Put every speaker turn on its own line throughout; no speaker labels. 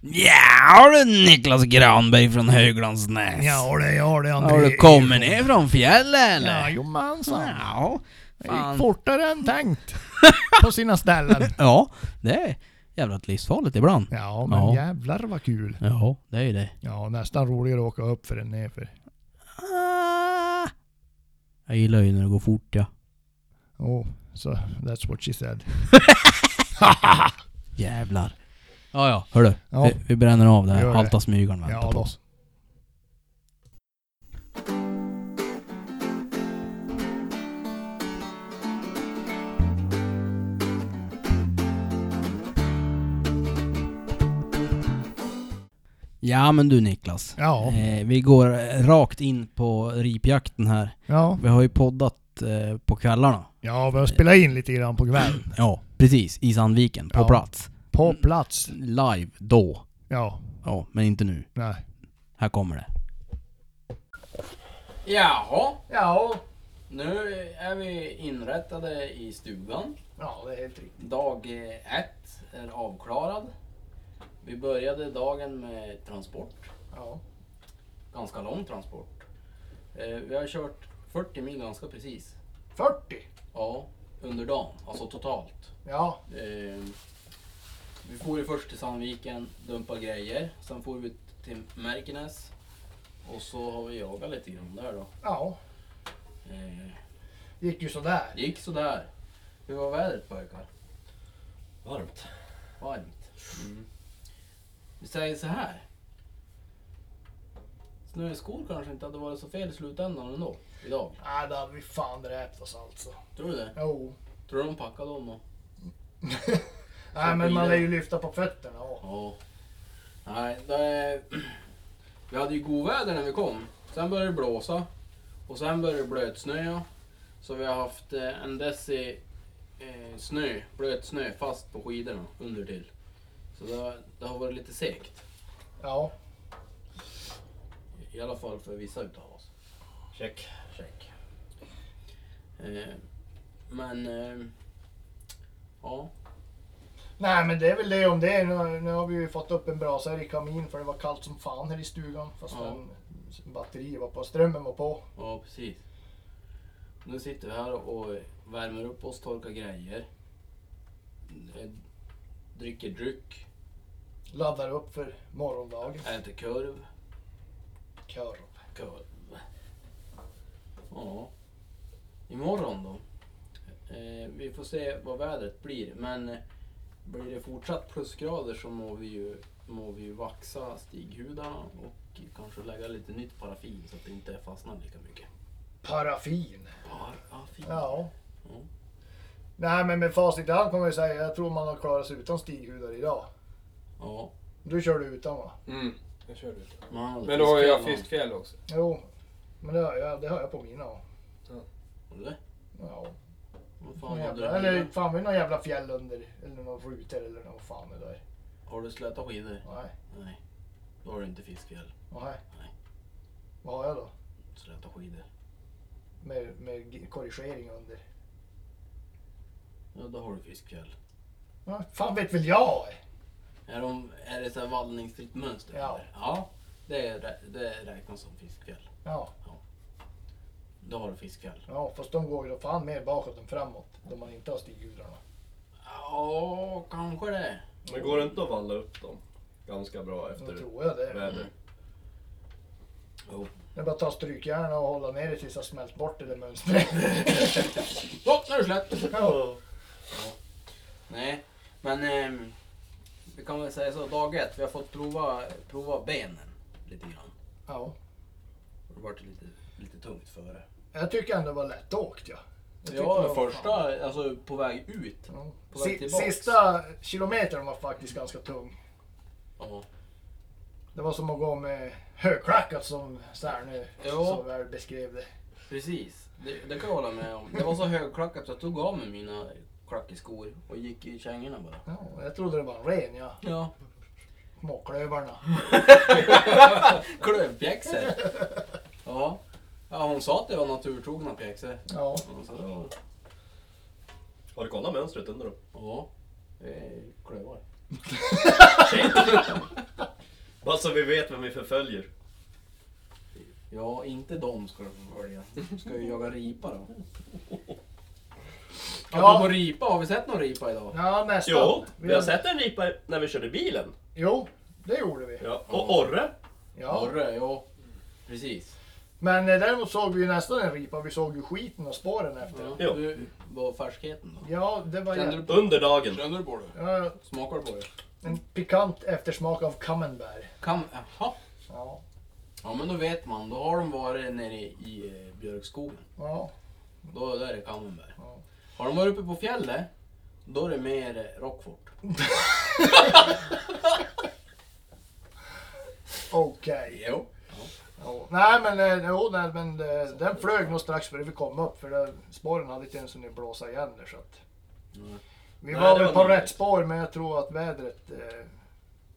Ja du Niklas Granberg från Höglandsnäs.
Ja det, ja det André.
Har du kommit ner från fjället
Ja,
eller?
jomensan.
Ja.
Det
fan.
gick fortare än tänkt. På sina ställen.
Ja, det är jävla livsfarligt ibland.
Ja, men
Ja.
jävlar vad kul.
Ja, det är ju det.
Ja, nästan roligare att åka upp för än nerför.
Ah. Jag gillar ju när det går fort ja.
Oh, so that's what she said.
Jävlar. Ja, ja. Hörru,
Ja.
vi, vi bränner av det här.
Gör det.
Halta smygaren väntar
Ja
på
då.
oss. Ja men du Niklas.
Ja,
Eh, vi går eh, rakt in på ripjakten här.
ja,
Vi har ju poddat eh, på kvällarna.
ja, vi har spelat in lite grann på kvällen.
Ja, precis. I Sandviken. På
Ja.
plats.
På plats.
Live då.
Ja,
Ja, men inte nu.
nej.
Här kommer det. Jaha,
Ja,
nu är vi inrättade i stugan.
ja det är helt riktigt.
Dag ett är avklarad. Vi började dagen med transport.
Ja,
Ganska lång transport. Eh, Vi har kört 40 mil ganska precis.
40.
Ja, under dagen. Alltså totalt.
Ja,
Eh, vi for ju först till Sandviken, dumpa grejer. Sen for vi till Märkenäs. Och så har vi jagat lite grann där då.
ja.
Eh,
Gick ju sådär.
det gick sådär. Hur var vädret pojkar?
Varmt.
Varmt? Mm. Vi säger så här. Snöskor kanske inte hade varit så fel i slutändan ändå. Idag.
Nej, då hade vi fan dräpt oss alltså.
Tror du det?
Jo.
Tror du de packade dem då?
Nej, men man lär ju lyfta på fötterna. ja.
Ja. Nej, det... Vi hade ju god väder när vi kom. Sen började det blåsa. Och sen började det blötsnöa. Så vi har haft eh, en deci eh, snö, blötsnö fast på skidorna under till. Så det, har- det har varit lite segt.
Ja,
I alla fall för vissa utav oss.
Check.
Check. Eh, men... Eh, ja.
Nej men det är väl det om det. Nu, nu har vi ju fått upp en brasa här i kamin för det var kallt som fan här i stugan. Fast
Ja.
den batteri var på, strömmen var på.
Ja, precis. Nu sitter vi här och värmer upp oss, torkar grejer. Eh, Dricker dryck,
Laddar upp för morgondagen.
äter korv.
Kör.
Korv. Ja. Imorgon då? Eh, vi får se vad vädret blir, men eh, blir det fortsatt plusgrader så må vi ju, må vi ju vaxa stighudarna och kanske lägga lite nytt paraffin så att det inte fastnar lika mycket.
Paraffin.
Paraffin?
Ja.
Ja.
Nej men med facit i hand kommer jag säga jag tror man har klarat sig utan stighudar idag.
ja.
Du körde utan va?
Mm. Jag körde ut.
Man hade
Men då har ju jag
fiskfjäll någon-
fiskfjäll också.
Jo. Men det har jag, det har jag på mina. ja.
Eller?
Ja.
Vad
Någon
fan hade
jävla,
du
eller
eller...
fan vi någon jävla fjäll under. Eller någon rutor eller någon fan det där.
Har du slätat skidor?
Nej.
Nej. Då har du inte fiskfjäll.
Nej.
Nej.
Vad har jag då?
Släta skidor.
Med, med g- korrigering under.
Ja, då har du fiskfjäll.
Ja, fan vet väl jag?
Är, de, är det så här vallningsfritt mönster?
Ja.
eller? ja det, är, rä- det räknas som fiskfjäll.
Ja,
Då har du fiskfjäll.
ja, fast de går ju då fan mer bakåt än framåt. Då man inte har stiggudarna.
Ja, kanske det.
Men går det inte att valla upp dem ganska bra
Då
efter
tror jag det.
väder?
Jo.
Det är bara att ta strykjärn och hålla ner det tills jag smält bort det där mönstret.
Så, nu är det slätt!
Ja.
Nej, men ehm, vi kan väl säga så. Dag ett, vi har fått prova, prova benen lite grann.
ja.
Det vart lite, lite tungt före.
Jag tycker ändå det var lättåkt ja. Jag tyckte det
Ja,
var fan-
första, alltså på väg ut.
Ja.
på väg
Si-
tillbaks. Mm.
Sista kilometern var faktiskt ganska tung.
Ja.
Det var som att gå med högklackat som Särnö
Ja.
så väl beskrev det.
Precis, det, det kan jag hålla med om. Det var så högklackat så jag tog av mig mina klackiskor och gick i kängorna bara.
Ja, jag trodde det var en ren ja.
Ja.
Småklövarna.
Mm. Klövpjäxor. Ja. ja, hon sa att det var naturtrogna pjäxor.
Ja.
Ja, så det var-
Har du kollat mönstret under dem?
Ja, det är klövar.
Bara så vi vet vem vi förföljer.
Ja, inte de ska de följa. De ska ju jaga ripa då.
Ja.
Ja. på ripa, har vi sett någon ripa idag?
Ja, nästan.
Jo,
Vi
vi har sett en ripa när vi körde bilen.
Jo, det gjorde vi.
Ja. Och orre.
Ja.
Orre, ja. Precis.
Men eh, däremot såg vi ju nästan en ripa. Vi såg ju skiten och spåren efter den.
Jo.
Du, vad färskheten då?
Ja, det var
Kände
ju...
du på
Under dagen.
Kände du på det?
Ja,
Smakar du på det?
en pikant eftersmak av camembert.
Kan, jaha.
Ja.
Ja men då vet man, då har de varit nere i, i eh, björkskogen.
ja.
Då där är det camembert.
Ja.
Har de varit uppe på fjället, då är det mer eh, rockfort.
Okej.
Jo.
Ja. Nej men, eh, jo, nej, men eh, den flög nog strax före vi kom upp för det, spåren hade inte ens hunnit blåsa igen där så att.
Nej.
Vi
Nej,
var
det
väl
var
på
nyligt.
rätt spår men jag tror att vädret eh,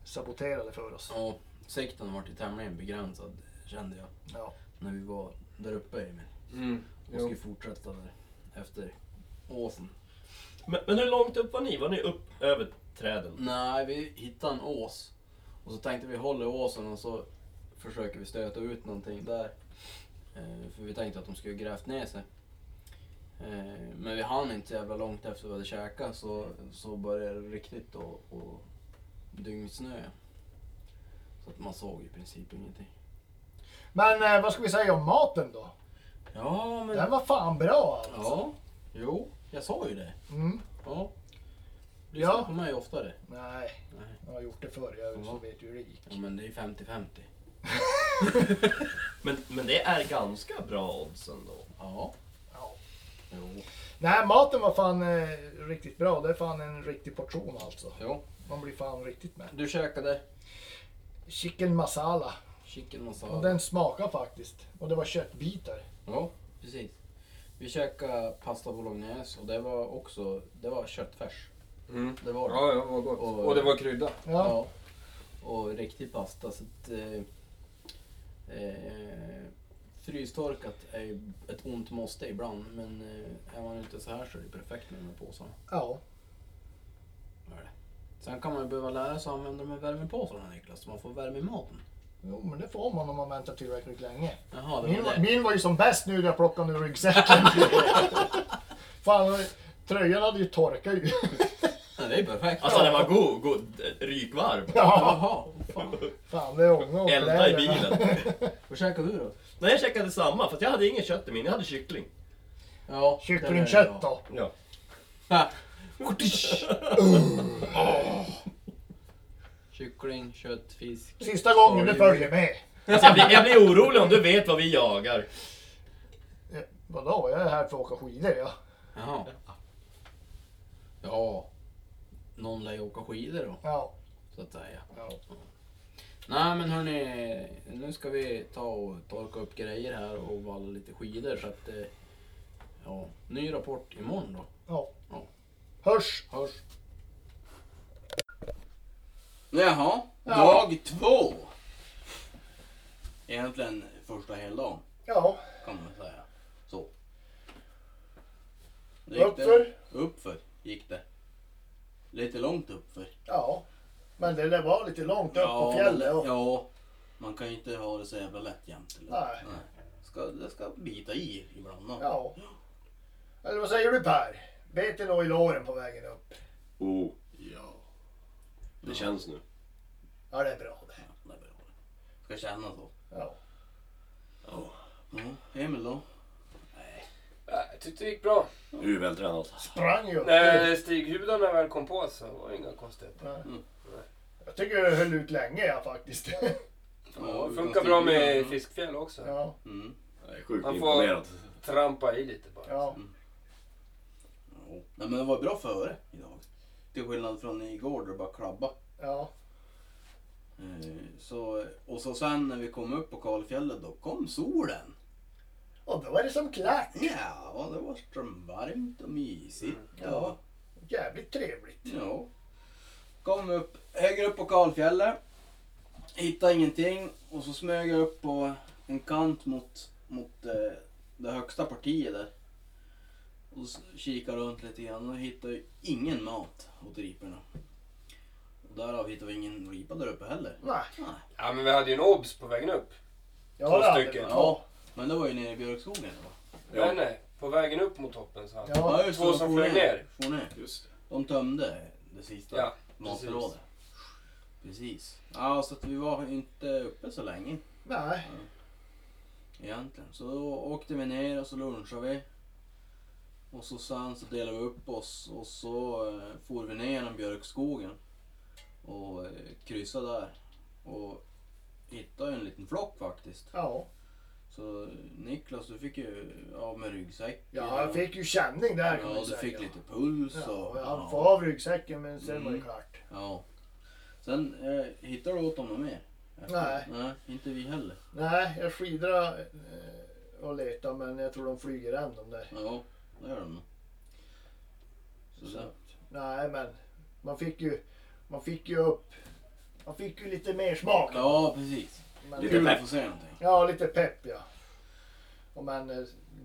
saboterade för oss.
Ja, sikten vart ju tämligen begränsad kände jag
Ja.
när vi var där uppe Emil.
Mm.
Och skulle fortsätta där efter åsen.
Men, men hur långt upp var ni? Var ni upp över träden?
Nej, vi hittade en ås. Och så tänkte vi hålla i åsen och så försöker vi stöta ut någonting där. Eh, för vi tänkte att de skulle grävt ner sig. Eh, men vi hann inte så jävla långt efter vi hade käkat så, så började det riktigt att att dygnsnöa. Så att man såg i princip ingenting.
Men eh, vad ska vi säga om maten då?
Ja, men...
Den var fan bra alltså.
Ja, jo, jag sa ju det.
Mm.
Ja. Lyssna
Ja.
på mig oftare.
Nej,
Nej.
jag har gjort det förr. Jag är
Ja.
så vet ju rik.
Ja, men det är ju 50-50.
Men, men det är ganska bra odds ändå.
Ja.
Ja.
Jo.
Nej, maten var fan eh, riktigt bra. Det är fan en riktig portion alltså.
jo.
Man blir fan riktigt med.
Du käkade
Chicken masala.
chicken
Och
masala.
den smakar faktiskt. Och det var köttbitar.
Ja, precis. Vi käkade pasta bolognese och det var också det var köttfärs.
Mm.
Det var det.
Ja, ja, vad gott.
Och-
Och det var krydda.
Ja.
Och riktig pasta. Så att, eh, eh, frystorkat är ju ett ont måste ibland men eh, är man inte så här så är det perfekt med de här påsarna.
Ja.
Är det. Sen kan man ju behöva lära sig att använda de här värmepåsarna Niklas, så man får värme i maten.
Jo, men det får man om man väntar tillräckligt länge.
Jaha, det var
Min, var-
det.
min var ju som bäst nu när jag plockade ur ryggsäcken. fan, tröjan hade ju torkat ju.
Ja, det är perfekt.
Alltså den var god, god eh, rykvarm.
ja,
Jaha, fan.
fan det är ånga och
Elda i
kläderna.
bilen.
Vad käkade du då?
Nej jag käkade samma, för att jag hade inget kött i min, jag hade kyckling.
Ja, där är
Kycklingkött
det
då.
Ja.
bra. Kyckling, kött, fisk.
Sista gången du
Oj,
följer med.
Alltså, jag, blir, jag blir orolig om du vet vad vi jagar.
Eh, Vadå, jag är här för att åka skidor ja.
Jaha. Ja. Någon lär ju åka skidor då,
Ja.
så att säga.
ja.
Nej men hörni, nu ska vi ta och torka upp grejer här och valla lite skidor så att... eh, Ja, ny rapport imorgon då.
ja.
Ja.
Hörs!
Hörs. Jaha,
Ja.
dag två. Egentligen första helgdagen
Ja,
kan man säga. Så. Det gick det.
uppför.
Uppför gick det. Lite långt uppför.
Ja. Men det där var lite långt upp på
men-
fjället. Och...
ja, man kan ju inte ha det så jävla lätt jämt. Eller?
Nej.
Ska, det ska bita i ibland. då.
Ja. Eller vad säger du Per? Bete nog i låren på vägen upp.
Oh,
ja.
det känns nu.
Ja, det är bra det.
Det är bra. Ska känna så.
Ja.
Ja, Mm. Emil då?
Jag tyckte det gick bra.
Du är vältränad.
Sprang ju upp.
När stighudarna väl kom på så var det inga konstigheter.
Nej. Jag tycker jag höll ut länge ja, faktiskt.
Ja, det funkar bra med fiskfjäll också.
Ja.
Mm.
Jag är sjukt
Man får- imponerad. Trampa i lite bara.
ja.
Ja. Nej, men det var bra före idag. Till skillnad från igår då det bara klabba.
Ja.
Eh, Så, och så sen när vi kom upp på Kalfjället då kom solen.
Och då var det som klart.
Ja, det var så varmt och mysigt.
Ja. Jävligt trevligt.
Ja. Kom upp, högre upp på Kalfjället. Hittade ingenting och så smög jag upp på en kant mot, mot eh, det högsta partiet där. Och s- kikade runt lite grann och hittade ju ingen mat åt riporna. Och därav hittade vi ingen ripa där uppe heller.
Nej.
Ja, men vi hade ju en obs på vägen upp.
Ja,
Två
det hade
stycken.
vi.
Ja, men det var ju nere i Björkskogen. va?
Ja.
Nej, nej. eh, På vägen upp mot toppen så hade vi.
Ja.
just
två
det, de
som
for
flög ner.
for ner.
Just det.
De tömde det sista
Ja,
matförrådet. Precis. Ja, så att vi var inte uppe så länge
Nej.
egentligen. Så då åkte vi ner och så lunchade vi. Och så sen så delade vi upp oss och så eh, for vi ner genom björkskogen och eh, kryssade där. Och hittade en liten flock faktiskt.
Ja.
Så eh, Niklas, du fick ju av med ryggsäcken.
ja, jag fick ju känning där kan
Ja,
man
du
säga.
fick lite puls
Ja,
och...
och jag får
ja.
av ryggsäcken men sen var det
Mm.
klart.
ja. Sen, eh, hittar du åt dem något mer?
Nej.
Nej, inte vi heller.
Nej, jag skidrade eh, och letade men jag tror de flyger än de där.
Ja, det gör de nog. Så
Så.
där.
Nej men man fick ju, man fick ju upp, man fick ju lite mer smak.
Ja, precis.
Men,
Lite pepp. Får se någonting.
Ja, lite pepp ja. Och man eh,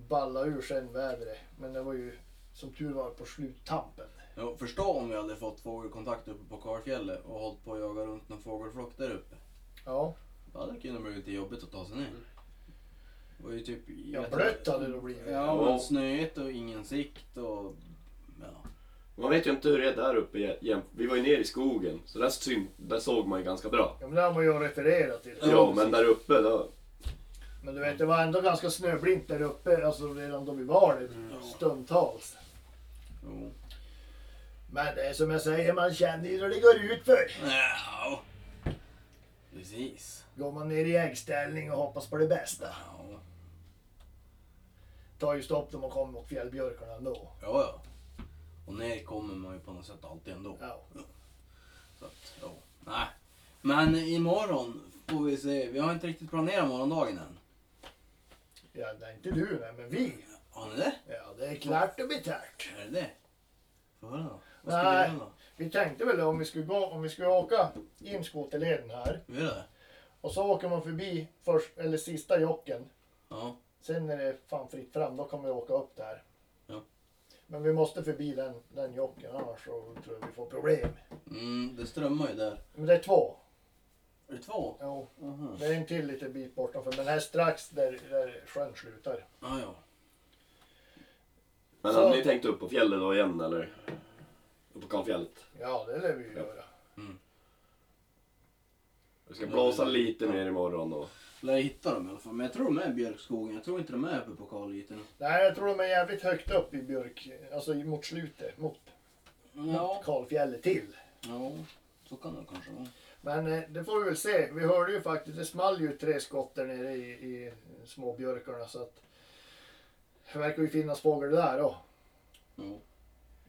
ballade ur sen vädret. Men det var ju som tur var på sluttampen.
Ja, förstå om vi hade fått fågelkontakt uppe på Karlfjället och hållit på att jaga runt någon fågelflock där uppe.
Ja,
Då hade det kunnat bli lite jobbigt att ta sig ner. Det var ju typ...
ja blött hade det blivit.
Ja, och snöigt och ingen sikt och... Ja.
Man vet ju inte hur det är där uppe. jä- jäm- Vi var ju nere i skogen, så där, syn, där såg man ju ganska bra.
Ja, men det har man ju refererat till.
Ja,
Ja, men
precis.
där uppe då...
Men du vet, det var ändå ganska snöblint där uppe, alltså redan då vi var där
Mm.
stundtals.
Jo.
Men det är som jag säger, man känner ju när det går ut för.
Ja. Precis.
Går man ner i äggställning och hoppas på det bästa.
Ja,
Tar ju stopp när man kommer mot fjällbjörkarna ändå.
ja. ja. Och ner kommer man ju på något sätt alltid ändå.
Ja.
Så att, ja. Nej. Men imorgon får vi se. Vi har inte riktigt planerat morgondagen än.
ja, det är inte du nej, men vi.
Har ni det?
Ja, det är klart och betärt.
Är det det? Får höra då. Vad ska
Nej.
vi göra då?
Vi tänkte väl om vi skulle, gå, om vi skulle åka in skoterleden här
Vi gör det?
och så åker man förbi först, eller sista jocken.
Ja.
Sen när det är fan fritt fram, då kan vi åka upp där.
Ja.
Men vi måste förbi den, den jocken annars så tror jag vi får problem.
Mm, det strömmar ju där.
Men det är två.
Är det två?
Jo,
Aha.
det är en till lite bit bortanför, men här strax där, där sjön slutar.
Ja, ja.
Men
Så-
hade ni tänkt upp på fjället då igen eller? Upp på Karlfjället?
Ja, det lär vi ju
Ja.
göra.
Vi ska blåsa lite mer imorgon då.
Lär hitta dem i alla fall. Men jag tror de är i Björkskogen. Jag tror inte de är uppe på kalytorna.
Nej, jag tror de är jävligt högt upp i björk, alltså mot slutet, mot
Ja.
Karlfjället till.
Ja. Så kan det kanske vara.
Men eh, det får vi väl se. Vi hörde ju faktiskt, det small ju tre skott där nere i, i småbjörkarna så att det verkar ju finnas fågel där då.
Ja.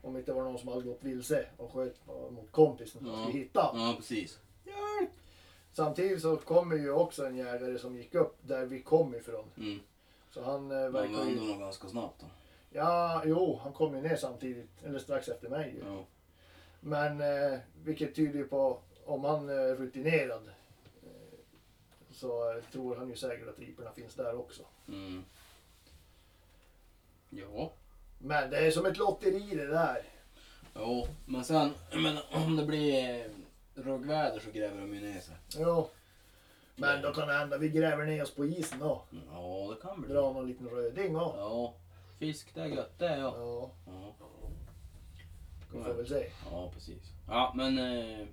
Om det inte var någon som hade gått vilse och sköt på- mot kompisen som
Ja. Mm.
skulle hitta.
Ja, precis.
Samtidigt så kommer ju också en jägare som gick upp där vi kom ifrån.
Mm.
Så han eh,
Man
verkar
vänder
ju...
nog ganska snabbt då.
Ja, jo, han kom ju ner samtidigt, eller strax efter mig ju.
Ja.
Men eh, vilket tyder ju på, om han är rutinerad eh, så eh, tror han ju säkert att riporna finns där också.
Mm. Ja.
Men det är som ett lotteri det där.
Jo, men sen men om det blir eh, ruggväder så gräver de ju ner sig.
Jo. Men då kan det hända vi gräver ner oss på isen då.
Ja, det kan bli.
Drar någon liten röding då.
Ja. Fisk, det är gött det ja.
Ja,
Ja,
då får vi väl se.
ja precis. Ja, men eh,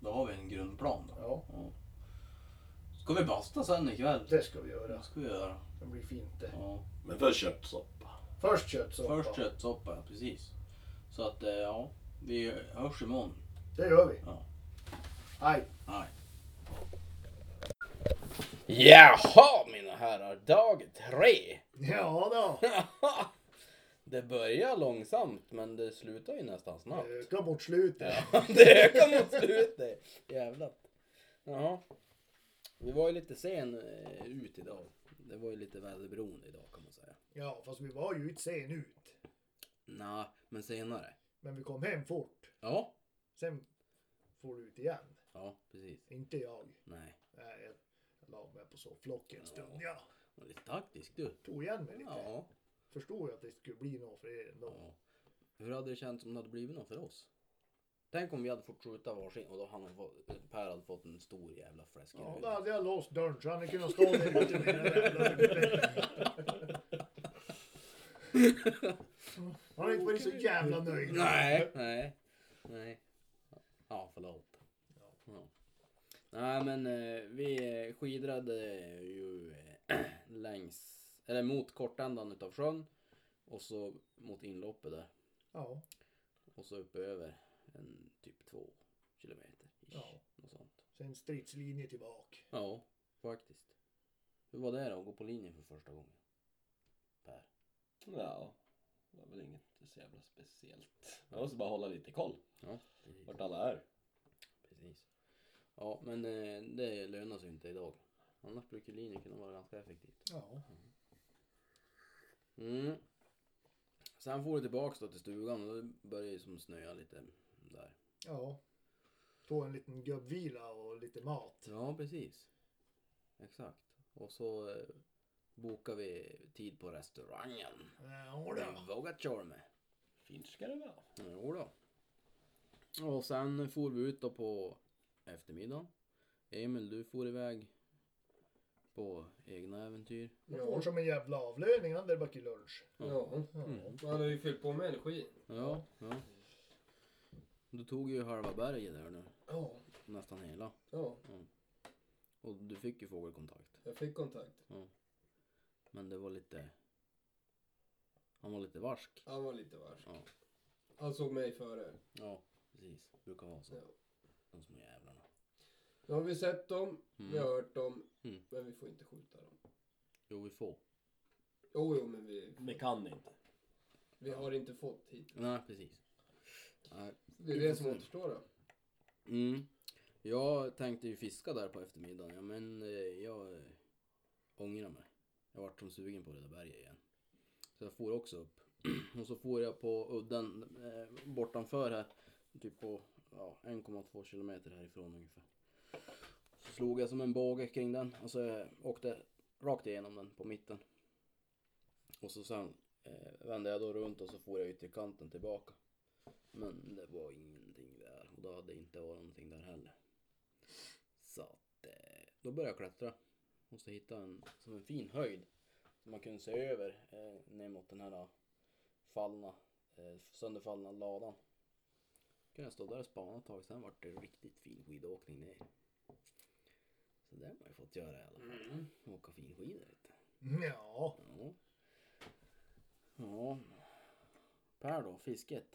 då har vi en grundplan då.
Ja,
Ja. Ska vi basta sen ikväll?
det ska vi göra.
Det ska vi göra.
Det blir fint det.
Ja.
Men först köttsoppa.
Först köttsoppa.
Först köttsoppa, ja, precis. Så att eh, ja, vi hörs imorgon.
Det gör vi.
Ja.
Aj.
Nej.
Jaha mina herrar, dag tre.
Ja då.
det börjar långsamt men det slutar ju nästan snabbt.
Öka mot Eh, slutet.
det ökar mot slutet. Jävlar. Jaha. Vi var ju lite sen eh, ut idag. Det var ju lite väderberoende idag kan man säga.
Ja, fast vi var ju inte sen ut.
Nej, men senare.
Men vi kom hem fort.
Ja.
Sen får du ut igen.
Ja, precis.
Inte jag.
Nej.
Nej, jag la mig på sofflocket en stund. Ja.
Det var lite taktisk du.
Tog igen mig lite.
Ja.
Förstod ju att det skulle bli något för er ändå.
ja. Hur hade det känts om det hade blivit något för oss?
Tänk om vi hade fått skjuta varsin och då hade han fått, Per hade fått en stor jävla fläsk i
Ja,
ryggen.
då hade jag låst dörren så han hade kunnat stå där ute med den jävla huvudet. Han har inte varit så jävla nöjd.
Nej, nej, nej. Ja, förlåt. Ja. Nej, men eh, vi eh, skidrade ju eh, längs, eller mot kortändan utav sjön och så mot inloppet där
Ja,
och så upp över en typ två kilometer. ish,
Ja.
Något sånt.
sen stridslinje tillbaka.
Ja, faktiskt. Hur var det då att gå på linjen för första gången? Per?
Ja, det var väl inget så jävla speciellt. Jag måste bara hålla lite koll
Ja,
vart alla är.
Precis. Ja, men eh, det lönar sig inte idag. Annars brukar linjen kunna vara ganska effektivt.
Ja.
Mm. Sen får du tillbaks då till stugan och då börjar det som snöa lite där.
Ja. Få en liten gubbvila och lite mat.
Ja, precis. Exakt. Och så eh, bokar vi tid på restaurangen.
Ja, då.
Vågatjorme.
Fint ska det vara.
Jo då. Och sen for vi ut då på eftermiddagen. Emil, du for iväg på egna äventyr.
Man får som en jävla avlöning. Han där bak i lunch.
Ja. Man har ju fyllt på med energi.
Ja, ja. Du tog ju halva berget där nu.
Ja.
Nästan hela.
Ja,
Och du fick ju fågelkontakt.
jag fick kontakt.
Men det var lite... Han var lite varsk.
Han var lite varsk.
Ja.
Han såg mig före.
Ja, precis. Brukar vara så.
Ja.
De små jävlarna.
Nu har vi sett dem, vi har hört dem,
Mm.
men vi får inte skjuta dem.
Jo, vi får.
Jo, jo, men vi,
Vi kan inte.
vi har inte fått hit.
Nej, precis. Nej.
Det är det som återstår då.
Mm. Jag tänkte ju fiska där på eftermiddagen, ja, men eh, jag eh, ångrar mig. Jag vart som sugen på det där berget igen. Så jag for också upp. Och så for jag på udden eh, bortanför här, typ på ja, 1,2 kilometer härifrån ungefär. Så slog jag som en båge kring den och så eh, åkte rakt igenom den på mitten. Och så sen eh, vände jag då runt och så for jag ytterkanten tillbaka. Men det var ingenting där och då hade det inte varit någonting där heller. Så att, eh, då började jag klättra. Och så hittade jag en, som en fin höjd. Som man kunde se över eh, ner mot den här fallna, eh, sönderfallna ladan. kunde jag stå där och spana ett tag. Sen vart det riktigt fin skidåkning ner. Så det har man ju fått göra i alla fall. Åka finskidor vet du.
Ja.
Ja. Ja. Per då, fisket.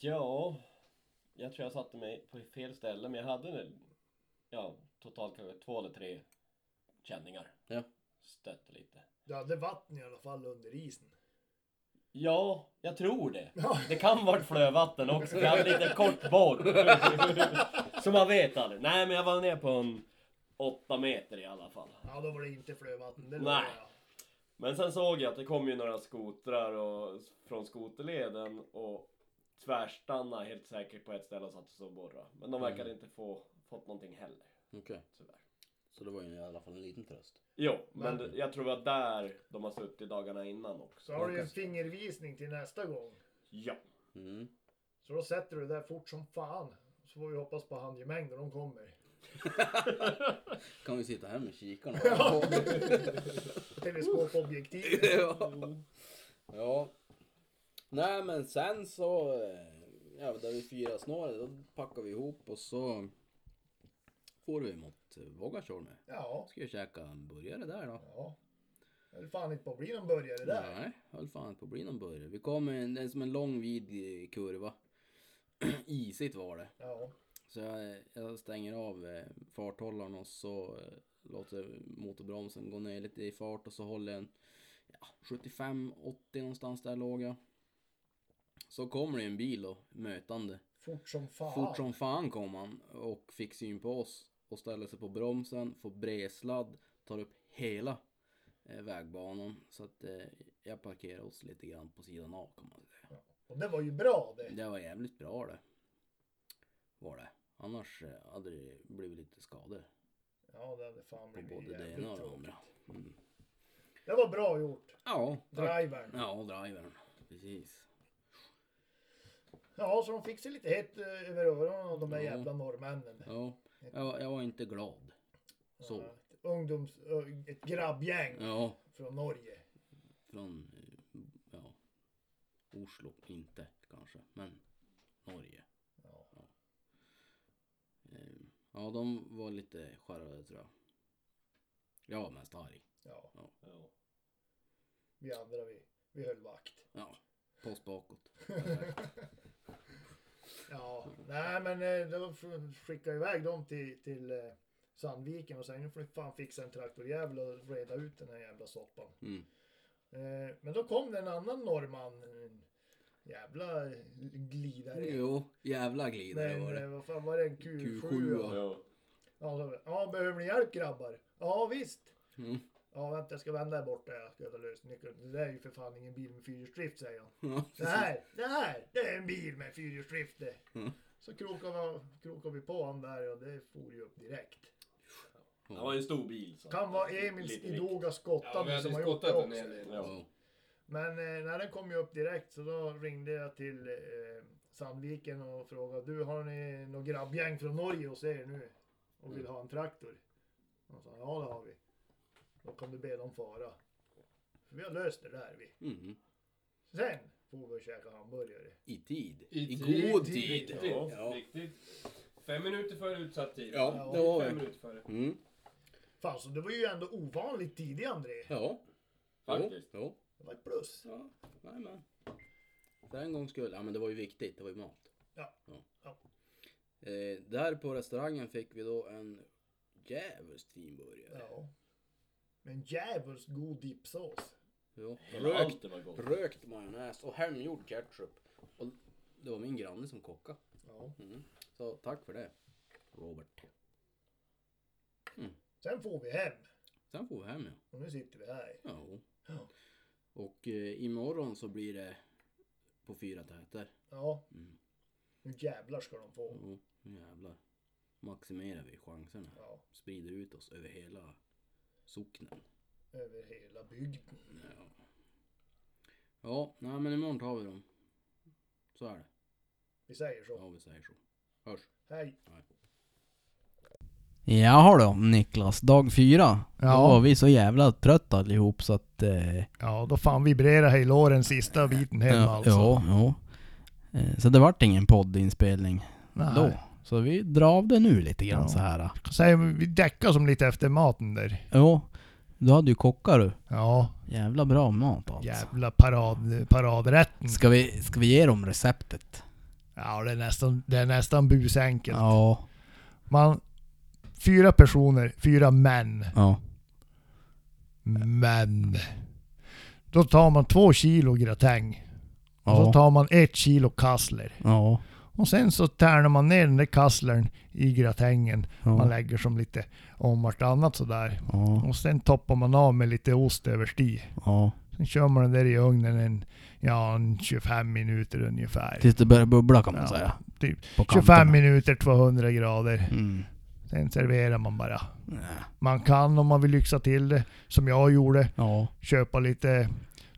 Ja, jag tror jag satte mig på fel ställe men jag hade väl, ja, totalt kanske två eller tre känningar.
Ja.
Stötte lite.
Du hade vatten i alla fall under isen.
Ja, jag tror det.
Ja.
Det kan vara flövatten också. Jag hade lite kort båt. Så man vet aldrig. Nej, men jag var ner på en åtta meter i alla fall.
Ja, då var det inte flövatten. Det
Nej.
lovar jag.
Men sen såg jag att det kom ju några skotrar och, från skoterleden och tvärstannade helt säkert på ett ställe och satt och så och borrade. Men de
Mm.
verkade inte få, fått någonting heller,
Okej.
tyvärr.
Så det var ju i alla fall en liten tröst.
Jo, men det- jag tror att där de har suttit dagarna innan också.
Så har du ju en fingervisning till nästa gång.
Ja.
Mm.
Så då sätter du det där fort som fan. Så får vi hoppas på handgemäng när de kommer.
Kan vi sitta här med kikarna?
Teleskopobjektiv.
ja. ja. Nej men sen så, eh, ja där vi fyra snåret, då packade vi ihop och så får vi mot eh, Vågatjorne.
Ja.
Ska ju käka en burgare där då.
Ja. Jag höll fan inte på att bli någon burgare där.
Nej, höll fan inte på att bli någon burgare. Vi kom en, det är som en lång vid eh, kurva. Isigt var det.
Ja.
Så jag, jag stänger av eh, farthållaren och så eh, låter motorbromsen gå ner lite i fart och så håller den ja, 75-80 någonstans där låg jag. Så kommer det en bil och mötande.
Fort som fan.
Fort som fan kom han och fick syn på oss och ställer sig på bromsen, får bredsladd, tar upp hela eh, vägbanan. Så att eh, jag parkerar oss lite grann på sidan av kan man säga.
Och det var ju bra det.
Det var jävligt bra det. Var det. Annars eh, hade det blivit lite skador
Ja, det hade
på
fan blivit
både det
jävligt
ena och det
tråkigt.
andra. Mm.
Det var bra gjort.
Ja, tack.
Drivern.
Ja, drivern. Precis.
Ja, så de fick sig lite hett eh, över öronen av de där
Ja.
jävla norrmännen.
Ja, jag, var- jag var inte glad. Så.
Ja, Ett ungdoms... ö, Ett grabbgäng
Ja,
från Norge.
från... eh, Ja. Oslo, inte kanske, men Norge.
Ja.
Eh, Ja, de var lite skärrade tror jag. Jag var mest arg.
Ja,
Ja.
vi andra vi, vi höll vakt.
Ja, post bakåt.
Ja,
Mm.
nej men eh, då f- skickade jag iväg dem till, till eh, Sandviken och sa nu får ni fan fixa en traktorjävel och reda ut den här jävla soppan.
Mm.
Eh, Men då kom det en annan norrman. en Jävla glidare.
Jo, jävla glidare
Men
var
eh,
det.
vad fan var det? En Q7?
Q7,
ja.
Ja.
Ja, då- ja, behöver ni hjälp grabbar? Ja, visst.
Mm.
Ja, vänta jag ska vända här borta. Jag ska ta lös nyckeln. Det där är ju för fan ingen bil med fyrhjulsdrift säger han.
Ja,
Det här, det här, det är en bil med fyrhjulsdrift det.
Mm.
Så krokade vi, krokade vi på han där och det for ju upp direkt.
Det var ju en stor bil. Så.
Kan vara Emils
Lite
idoga
Ja,
skottande
vi hade
som har
ju
gjort
skottat
det också.
en hel del.
Ja.
Ja.
Men eh, när den kom ju upp direkt så då ringde jag till eh, Sandviken och frågade du har ni något grabbgäng från Norge hos er nu och vill ha en traktor? De sa ja det har vi. Då kan du be dem fara. För vi har löst det där vi.
Mhm.
Sen får vi och käka hamburgare.
I tid.
I
I,
tid.
god
I
tid.
tid.
Ja.
Riktigt. Fem minuter före utsatt tid.
Ja, det var
Fem
vi.
minuter före.
Mm.
Fan så det var ju ändå ovanligt tidig André.
Ja.
Faktiskt.
Jo, jo.
Det var ett plus.
Ja, nej men. För en gångs skull. Ja men det var ju viktigt, det var ju mat.
Ja.
ja.
Ja.
Eh, där på restaurangen fick vi då en djävulskt fin burgare.
Ja. Men djävulskt god dipsås.
Jo.
Hela
Rökt,
allt det var gott.
rökt majonnäs och hemgjord ketchup. Och det var min granne som kockade.
Ja.
Mm. Så tack för det, Robert.
Sen får vi hem
Sen får vi hem ja.
och nu sitter vi här.
Jo.
Ja.
Och eh, imorgon så blir det på fyra täter.
Ja.
Mm.
Nu jävlar ska de få.
Jo, nu jävlar. Maximerar vi chanserna.
Ja.
Sprider ut oss över hela socknen.
Över hela bygden.
Ja. Ja, nej men imorgon tar vi dem. Så är det.
Vi säger så.
Ja, vi säger så. Hörs.
Hej!
Jaha då Niklas, dag fyra.
Ja.
Då var vi så jävla trötta allihop så att... Eh,
Ja, då fan vibrera hej låren sista biten hem
ja,
alltså.
ja, ja. Eh, Så det vart ingen poddinspelning
Nej.
då. Så vi drar av det nu lite grann
Ja.
så här. eh.
Säg, vi däckar som lite efter maten där.
Jo, du hade ju kockar du.
Ja,
Jävla bra mat alltså.
jävla parad, paradrätten.
Ska vi, ska vi ge dem receptet?
Ja, det är nästan, det är nästan busenkelt.
Ja.
Man, fyra personer, fyra män.
ja.
Män. Då tar man två kilo gratäng. Och så
Ja.
tar man ett kilo kassler.
Ja.
Och sen så tärnar man ner den där kasslern i gratängen. Man
Ja.
lägger som lite om vartannat sådär.
Ja.
Och sen toppar man av med lite ost översti.
ja.
Sen kör man den där i ugnen en, ja, en 25 minuter ungefär.
Tills det börjar bubbla kan man
Ja,
säga.
typ.
På
25
kanterna.
minuter, 200 grader.
Mm.
Sen serverar man bara.
Ja.
Man kan om man vill lyxa till det, som jag gjorde,
Ja.
köpa lite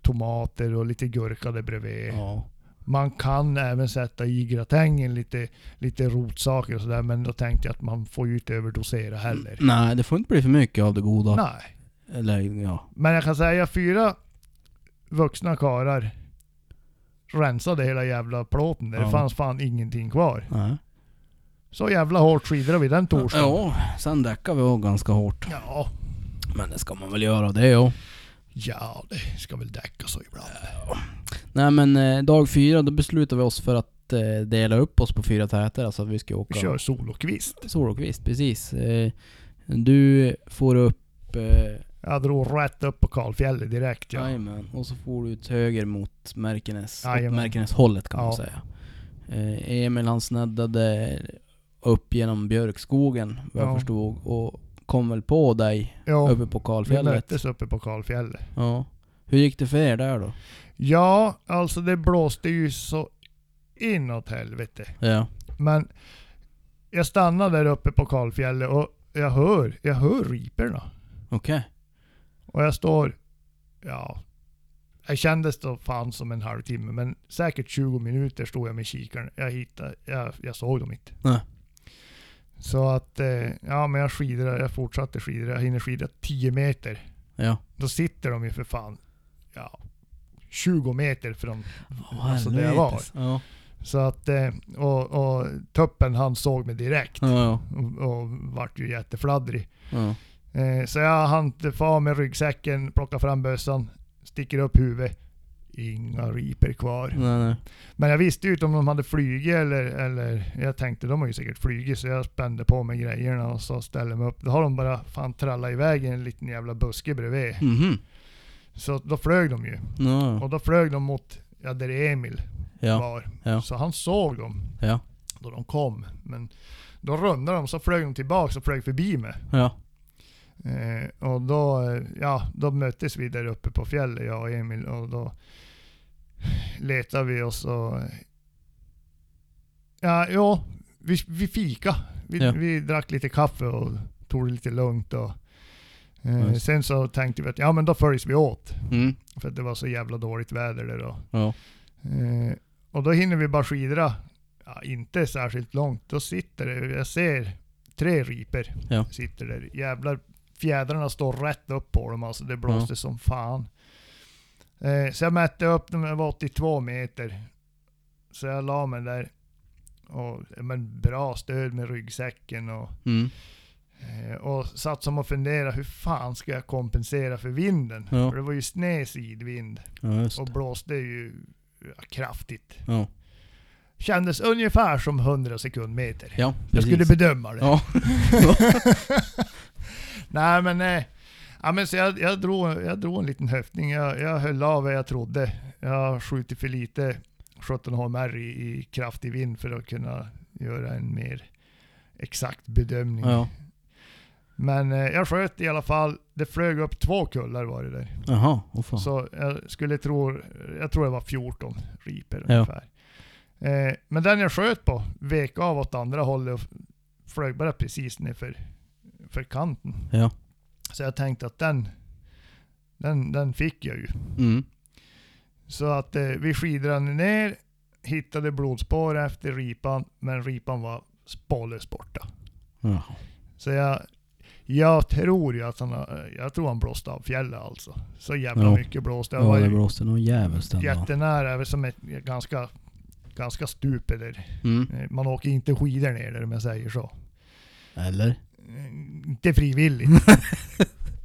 tomater och lite gurka där bredvid.
ja.
Man kan även sätta i gratängen lite, lite rotsaker och sådär, men då tänkte jag att man får ju inte överdosera heller.
Nej, det får inte bli för mycket av det goda.
Nej.
Eller ja.
Men jag kan säga fyra vuxna karlar rensade hela jävla plåten där. Det
Ja.
fanns fan ingenting kvar.
Nej.
Så jävla hårt skidrade vi den torsdagen.
Ja, sen däckar vi av ganska hårt.
Ja,
Men det ska man väl göra det ja.
ja det ska väl däcka så ibland.
Nej men eh, dag fyra, då beslutade vi oss för att eh, dela upp oss på fyra täter. Alltså att vi ska åka...
Vi kör solokvist.
Solokvist, precis. Eh, du får upp... Eh,
Jag drog rätt upp på Kalfjället direkt ja.
Jajamän, och så får du ut höger mot Märkenäs, åt
Jajamän.
Märkenäshållet kan man
Ja.
säga. Eh, Emil han sneddade upp genom björkskogen vad jag
Ja.
förstod och kom väl på dig
ja
uppe på
vi
kalfjället.
möttes uppe på Kalfjället.
Ja. Hur gick det för er där då?
Ja, alltså det blåste ju så inåt helvete.
Ja.
Men jag stannade där uppe på Kalfjället och jag hör, jag hör riporna.
Okej.
Och jag står, ja, Jag kändes då fan som en halvtimme, men säkert 20 minuter stod jag med kikaren. Jag, hittade, jag, jag såg dem inte.
Nej.
Så att, eh, ja men jag skidade, jag fortsatte skidor. Jag hinner skida 10 meter.
Ja.
Då sitter de ju för fan, ja, 20 meter från
Oh,
Alltså, det jag var.
Ja.
Så att, eh, och, och tuppen han såg mig direkt.
Ja, ja.
Och, och vart ju jättefladdrig.
ja.
Eh, så jag hann inte far med ryggsäcken, plocka fram bössan, sticker upp huvudet. Inga riper kvar.
Nej, nej.
Men jag visste ju inte om de hade flugit eller, eller... Jag tänkte de har ju säkert flugit så jag spände på mig grejerna och så ställde mig upp. Då har de bara fan trallat iväg i en liten jävla buske bredvid.
Mhm.
Så då flög de ju.
Ja, ja.
Och då flög de mot, ja där Emil
ja.
var.
ja.
Så han såg dem
Ja.
då de kom. Men då rundade de, så flög de tillbaka och flög förbi mig.
Ja.
Eh, och då, eh, ja, då möttes vi där uppe på fjället, jag och Emil. Och då letade vi oss och... eh, Ja, ja vi, vi fika. Vi,
Ja.
vi drack lite kaffe och tog det lite lugnt. Och,
Ja,
eh,
just.
sen så tänkte vi att ja, men då följs vi åt.
Mm.
För att det var så jävla dåligt väder där då.
Ja.
Eh, och då hinner vi bara skidra, ja, inte särskilt långt. Då sitter det, jag ser tre riper
Ja.
sitter där. Jävlar, fjädrarna står rätt upp på dem alltså. Det blåste som fan. Eh, så jag mätte upp dem, jag var 82 meter. Så jag la mig där. Och, ja, men bra stöd med ryggsäcken och,
Mm.
eh, och satt som och fundera hur fan ska jag kompensera för vinden?
Ja.
För det var ju sned sidvind
Ja, just
och
det.
blåste ju ja, kraftigt.
Ja.
Kändes ungefär som 100 sekundmeter.
Ja,
jag
precis.
skulle bedöma det.
Ja.
Nej men, eh, ja, men så jag, jag, drog, jag drog en liten höftning. Jag, jag höll av vad jag trodde. Jag har skjutit för lite 17 HMR i, i kraftig vind för att kunna göra en mer exakt bedömning.
Ja.
Men eh, jag sköt i alla fall. Det flög upp två kullar var det där.
Jaha, åh fan.
Så jag skulle tro, jag tror det var 14 riper
Ja.
ungefär. Eh, men den jag sköt på vek av åt andra hållet och flög bara precis ner för, för kanten.
Ja.
Så jag tänkte att den, den, den fick jag ju.
Mm.
Så att eh, vi skidrade ner, hittade blodspår efter ripan, men ripan var spårlöst borta.
Jaha.
Så jag, jag tror ju att han, har- jag tror han blåste av fjället alltså. Så jävla
Ja.
mycket blåste. Jag
Ja,
var
det
ju
blåste nog djävulskt den dagen.
jättenära, över som ett ganska, ganska stup där.
Mm.
Eh, Man åker inte skidor ner där om jag säger så.
Eller?
Eh, Inte frivilligt.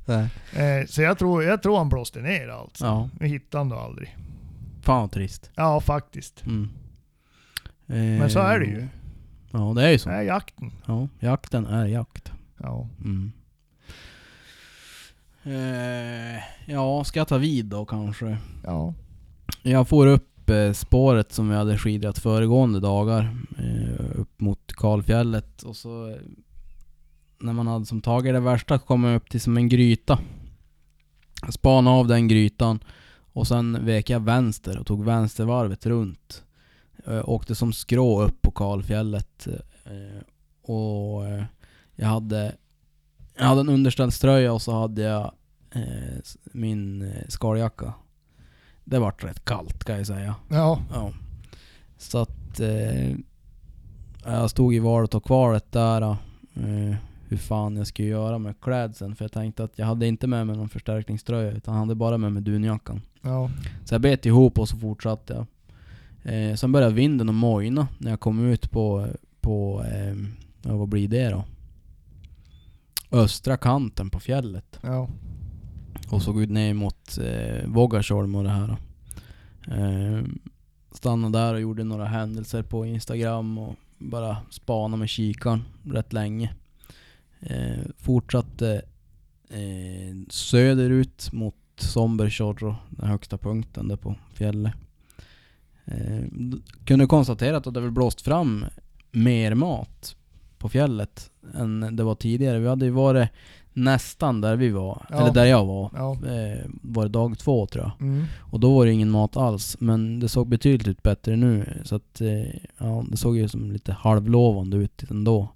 Nej.
Eh, Så jag tror, jag tror han blåste ner alltså.
Ja.
Vi hittade han då aldrig.
Fan vad trist.
Ja, faktiskt.
Mm. Eh,
Men så är det ju.
Ja, det är ju
Det
så.
är jakten.
Ja, jakten är jakt.
Ja.
Mm. Eh, ja, ska jag ta vid då kanske?
Ja.
Jag får upp eh, spåret som vi hade skidrat föregående dagar eh, upp mot kalfjället och så eh, när man hade som tagit det värsta kom man upp till som en gryta. Jag spanade av den grytan och sen vek jag vänster och tog vänstervarvet runt. Eh, åkte som skrå upp på kalfjället eh, och eh, jag hade jag hade en underställströja och så hade jag eh, s- min eh, skaljacka. Det vart rätt kallt kan jag säga.
Ja.
Ja. Så att eh, jag stod i valet och kvalet där. Eh, hur fan jag skulle göra med klädseln. För jag tänkte att jag hade inte med mig någon förstärkningströja. Utan jag hade bara med mig dunjackan.
Ja.
Så jag bet ihop och så fortsatte jag. Eh, sen började vinden att mojna när jag kom ut på, på eh, ja, vad blir det då? Östra kanten på fjället
Ja.
och såg ut ner mot eh, Vågasholm och det här. Eh, stannade där och gjorde några händelser på Instagram och bara spanade med kikaren rätt länge. Eh, fortsatte eh, söderut mot Somberchorro, den högsta punkten där på fjället. Eh, d- kunde konstatera att det hade blåst fram mer mat på fjället än det var tidigare. Vi hade ju varit nästan där vi var,
Ja.
eller där jag var
Ja.
eh, var det dag två tror jag.
Mm.
Och då var det ingen mat alls. Men det såg betydligt ut bättre nu. Så att, eh, ja, det såg ju som lite halvlovande ut ändå.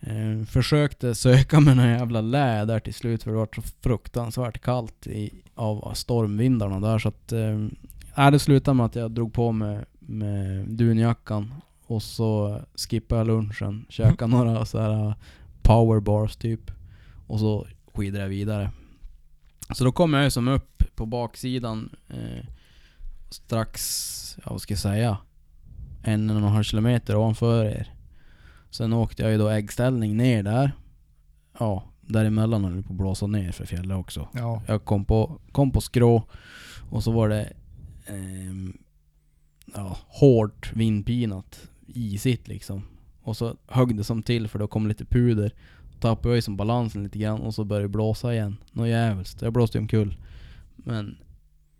Eh, försökte söka med några jävla läder till slut för det var så fruktansvärt kallt i, av stormvindarna där så att... Eh, nej, det slutade med att jag drog på mig med dunjackan och så skippade jag lunchen, käkade några så här powerbars typ och så skidade jag vidare. Så då kom jag ju som upp på baksidan eh, strax, ja, vad ska jag säga, en och en halv kilometer ovanför er. Sen åkte jag ju då äggställning ner där. Ja, däremellan höll det på att blåsa ner för fjället också.
Ja.
Jag kom på, kom på skrå och så var det ehm, ja, hårt vindpinat, isigt liksom. Och så högg det som till för då kom lite puder. Tappade jag ju som balansen lite grann och så började det blåsa igen. Något jävligt. Jag blåste ju omkull. Men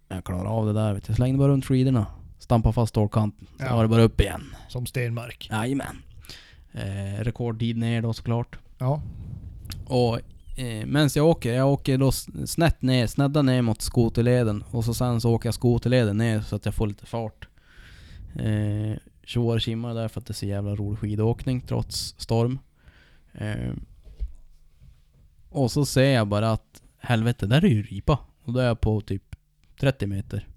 jag klarade av det där vet du. Jag slängde bara runt skidorna. Stampade fast stålkanten. Sen
Ja.
var det bara upp igen.
Som Stenmark.
Jajamän. Eh, rekordtid ner då såklart.
Ja.
Och eh, medan jag åker, jag åker då s- snett ner, snedda ner mot skoterleden och så sen så åker jag skoterleden ner så att jag får lite fart. Eh, Tjoar och tjimmar där för att det är så jävla rolig skidåkning trots storm. Eh, och så ser jag bara att helvete, där är ju ripa. Och då är jag på typ 30 meter.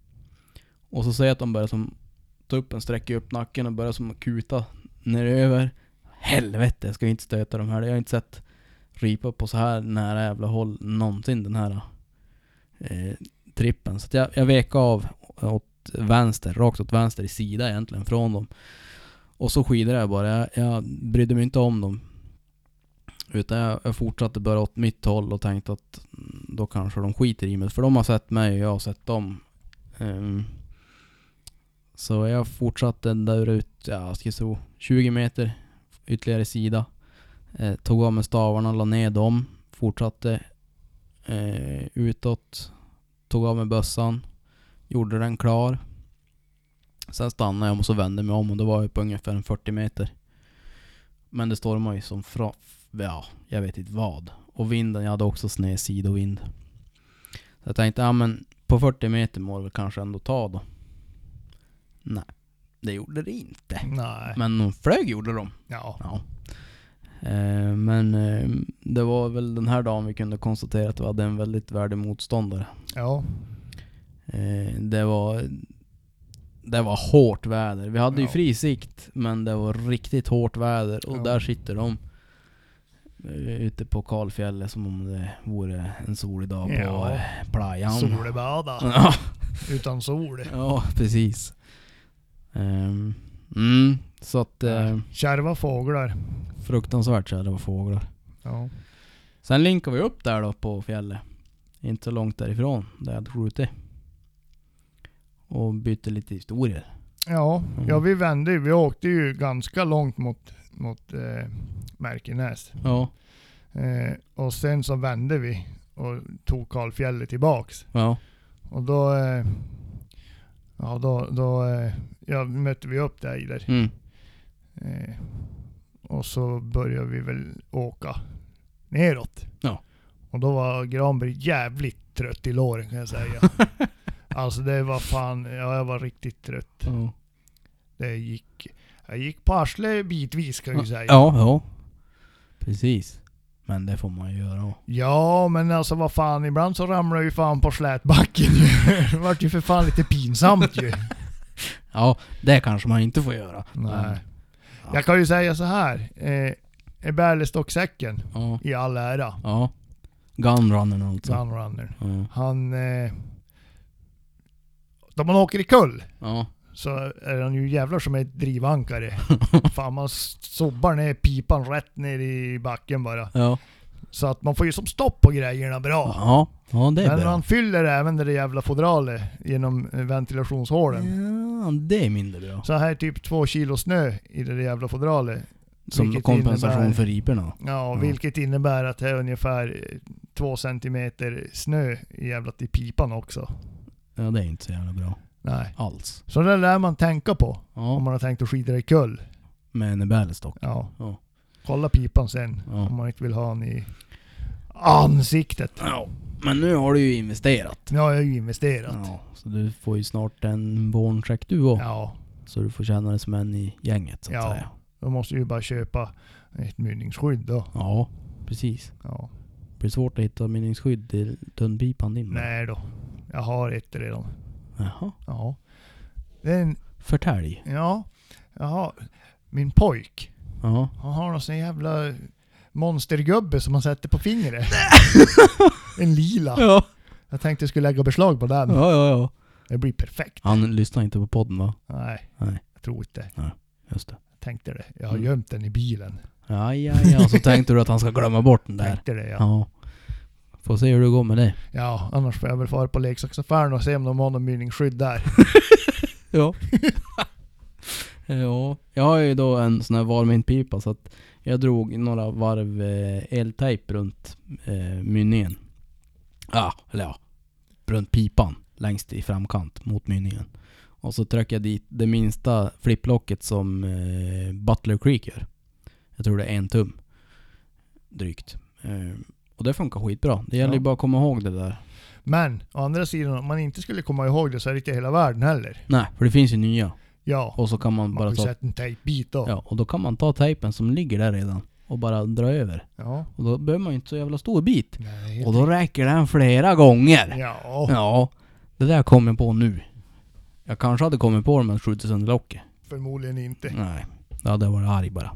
Och så ser jag att de börjar som tuppen sträcker upp nacken och börjar som kuta neröver. Helvete, jag ska ju inte stöta de här. Jag har inte sett ripa på så här nära jävla håll någonsin den här eh, trippen. Så att jag, jag vek av åt vänster, rakt åt vänster i sida egentligen från dem. Och så skidade jag bara. Jag, jag brydde mig inte om dem. Utan jag, jag fortsatte bara åt mitt håll och tänkte att mm, då kanske de skiter i mig. För de har sett mig och jag har sett dem. Ehm, så jag fortsatte där ut, ja jag skulle tro 20 meter ytterligare sida. Eh, tog av mig stavarna, la ner dem. Fortsatte eh, utåt. Tog av mig bössan. Gjorde den klar. Sen stannade jag och så vände mig om och då var jag på ungefär en 40 meter. Men det stormade ju som från... Ja, jag vet inte vad. Och vinden, jag hade också sned sidovind. Så jag tänkte, ja men på 40 meter må det väl kanske ändå ta då. Nej, det gjorde det inte.
Nej.
Men de flög gjorde de.
Ja.
Ja. Eh, Men eh, det var väl den här dagen vi kunde konstatera att vi hade en väldigt värdig motståndare.
Ja.
Eh, Det var, det var hårt väder. Vi hade ju
Ja.
fri sikt, men det var riktigt hårt väder. Och
Ja.
där sitter de eh, ute på kalfjället som om det vore en solig dag på
Ja.
ja. playan.
Solbada.
Ja.
Utan sol.
ja, precis. Ehm, Mm, så att eh,
Kärva fåglar.
fruktansvärt kärva fåglar.
Ja.
Sen linkade vi upp där då på fjället. Inte så långt därifrån, där jag hade skjutit. Och bytte lite historier.
Ja,
Mm.
ja vi vände ju. Vi åkte ju ganska långt mot, mot eh, Märkenäs.
Ja,
Eh, och sen så vände vi och tog Karlfjället tillbaks.
ja,
Och då, eh, ja, då, då eh, ja, mötte vi upp dig där.
mm,
Eh, och så började vi väl åka neråt.
Ja.
Och då var Granberg jävligt trött i låren kan jag säga. alltså det var fan, ja, jag var riktigt trött.
ja.
Det gick, jag gick på arslet bitvis kan jag ju säga.
Ja, ja. Precis. Men det får man ju göra.
Ja, men alltså vad fan, ibland så ramlar jag ju fan på slätbacken ju. Det vart ju för fan lite pinsamt ju.
Ja, det kanske man inte får göra.
Nej.
Ja.
Jag kan ju säga så här. Eh, Bärlestocksäcken
Ja,
i all ära,
ja. Gunrunnern alltså.
Sunrunner.
Ja,
Han... Eh, då man åker i kull
ja.
så är han ju jävlar som ett drivankare. Fan man sobbar ner pipan rätt ner i backen bara.
Ja,
Så att man får ju som stopp på grejerna bra.
ja. ja det är
Men
bra.
han fyller även det där jävla fodralet genom eh,
Mm.
ventilationshålen.
Ja, det är mindre bra.
Så här är typ två kilo snö i det där jävla fodralet.
Som
Vilket
kompensation
innebär-
för riporna.
Ja,
Ja.
vilket innebär att det är ungefär eh, två centimeter snö i jävla i pipan också.
Ja, det är inte så jävla bra
Nej.
alls.
Så det lär man tänka på om
Ja,
man har tänkt att skida i kull.
med en bärlestock.
Ja.
Ja.
Kolla pipan sen
Ja.
om man inte vill ha den i ansiktet.
Ja, men nu har du ju investerat.
Nu har jag ju investerat.
Ja, så du får ju snart en vårncheck du också.
Ja,
Så du får känna dig som en i gänget så att
Ja.
säga.
då måste jag ju bara köpa Ett mynningsskydd då.
Ja, precis.
Ja.
Blir det svårt att hitta mynningsskydd i tunnpipan din?
Nej då. Jag har ett redan.
Jaha.
Ja. Det är en,
Förtälj.
ja. Jag har, min pojk.
Ja.
Han har någon sån jävla monstergubbe som han sätter på fingret. en lila.
Ja.
Jag tänkte jag skulle lägga beslag på den.
Ja, ja, ja.
Det blir perfekt.
Han lyssnar inte på podden va?
Nej,
Nej.
jag tror inte.
Just det.
Jag tänkte det. Jag har
Mm.
gömt den i bilen.
Ja, ja, ja. Så tänkte du att han ska glömma bort den där.
Tänkte det ja.
Ja. Får se hur det går med det.
Ja, annars får jag väl fara på leksaksaffären och se om de har någon mynningsskydd där.
Ja. Eh, ja. Jag har ju då en sån här varmintpipa så att jag drog några varv eh, eltejp runt eh, mynningen. Ja, eller ja. Runt pipan längst i framkant mot mynningen. Och så tryckte jag dit det minsta flipplocket som eh, Butler Creek gör. Jag tror det är en tum. Drygt. Eh, och det funkar skitbra. Det gäller ju
Ja.
bara att komma ihåg det där.
Men å andra sidan, om man inte skulle komma ihåg det så är det inte hela världen heller.
Nej, för det finns ju nya.
Ja,
Och så kan man,
man
bara
har ju
ta
sett en tejpbit då.
Ja, och då kan man ta tejpen som ligger där redan och bara dra över.
Ja.
Och då behöver man ju inte så jävla stor bit.
Nej.
typ. Och då räcker den flera gånger.
Ja,
Ja, det där kom jag på nu. Jag kanske hade kommit på det men skjutit sönder locket.
förmodligen inte.
Nej, då hade jag varit arg bara.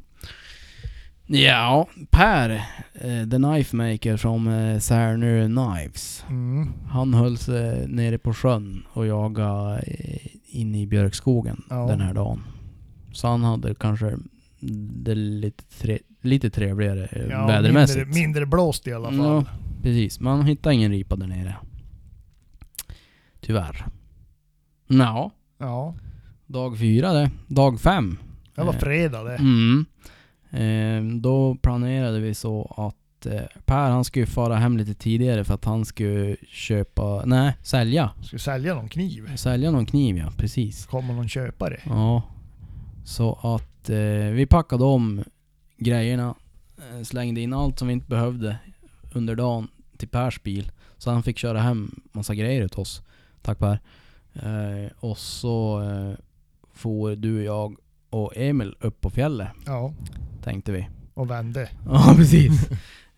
Ja, Per, eh, the knife maker från eh, Särnö Knives.
Mm.
Han höll sig nere på sjön och jagade eh, in i björkskogen
Ja.
den här dagen. Så han hade kanske det lite, tre, lite trevligare eh,
Ja,
vädermässigt.
Mindre, mindre blåst i alla fall.
Ja, precis. Man hittade ingen ripa där nere. Tyvärr. Ja,
Ja,
dag fyra det. Dag fem.
det var
Eh,
fredag det.
Mm. Ehm, då planerade vi så att eh, Per han skulle fara hem lite tidigare för att han skulle köpa, nej sälja.
Skulle sälja någon kniv.
Sälja någon kniv ja, precis.
Kommer någon köpare?
Ja. Så att eh, vi packade om grejerna. eh, Slängde in allt som vi inte behövde under dagen till Pers bil. Så han fick köra hem massa grejer åt oss. Tack Per. Eh, och så eh, får du, och jag och Emil upp på fjället
Ja,
tänkte vi.
och vände.
Ja precis.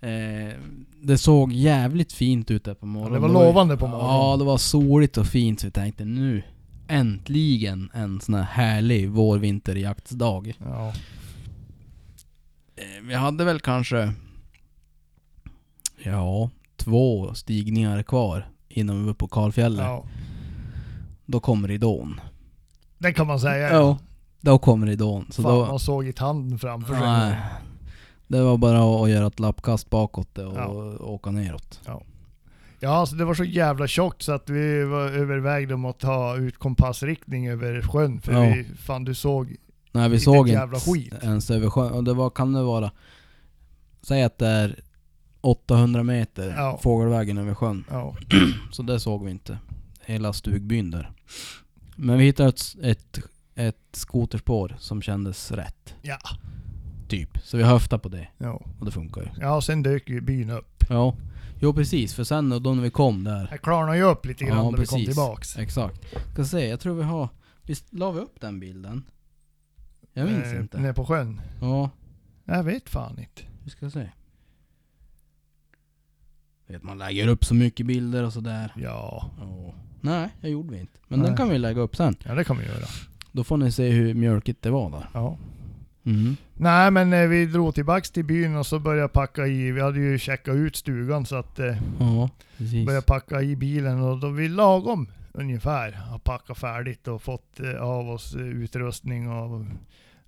eh, det såg jävligt fint ut där på morgonen.
det var
ju-
lovande på morgonen.
Ja, det var soligt och fint så vi tänkte nu äntligen en sån här härlig vårvinterjaktsdag.
Ja,
Eh, vi hade väl kanske ja, två stigningar kvar innan vi var på Karlfjället.
ja.
Då kom ridån.
Det kan man säga.
Då kom ridån. Så
Fan,
då,
man såg inte handen framför
Nej.
sig.
Det var bara att göra ett lappkast bakåt och
Ja.
åka neråt.
Ja, alltså det var så jävla tjockt så att vi var övervägde om att ta ut kompassriktning över sjön. För
Ja.
vi, fan du såg,
Nej vi
Vilket
såg
jävla
inte
skit.
ens över sjön. Och det var, kan det vara... Säg att det är 800 meter
Ja.
fågelvägen över sjön.
ja,
Så det såg vi inte. Hela stugbyn där. Men vi hittade ett, ett, ett skoterspår som kändes rätt.
Ja.
Typ. Så vi höftade på det.
ja.
Och det funkar ju.
Ja, sen dök ju byn upp.
Ja. Jo precis, för sen då när vi kom där.
Det klarnade ju upp lite
Ja,
grann när vi kom
precis.
tillbaks.
Exakt. Ska se, jag tror vi har... Visst la vi upp den bilden? Jag minns
Eh,
inte.
Nere på sjön.
Ja,
Jag vet fan inte.
vi ska se. Vet, man lägger upp så mycket bilder och sådär.
Ja,
Ja. Nej, det gjorde vi inte. Men
Nej.
den kan vi lägga upp sen.
ja det kan vi göra.
Då får ni se hur mjölkigt det var där.
Ja.
Mm.
Nej men eh, vi drog tillbaks till byn och så började jag packa i. Vi hade ju checkat ut stugan så att eh,
Ja, precis.
började packa i bilen och då vi lagom ungefär har packat färdigt och fått eh, av oss eh, utrustning och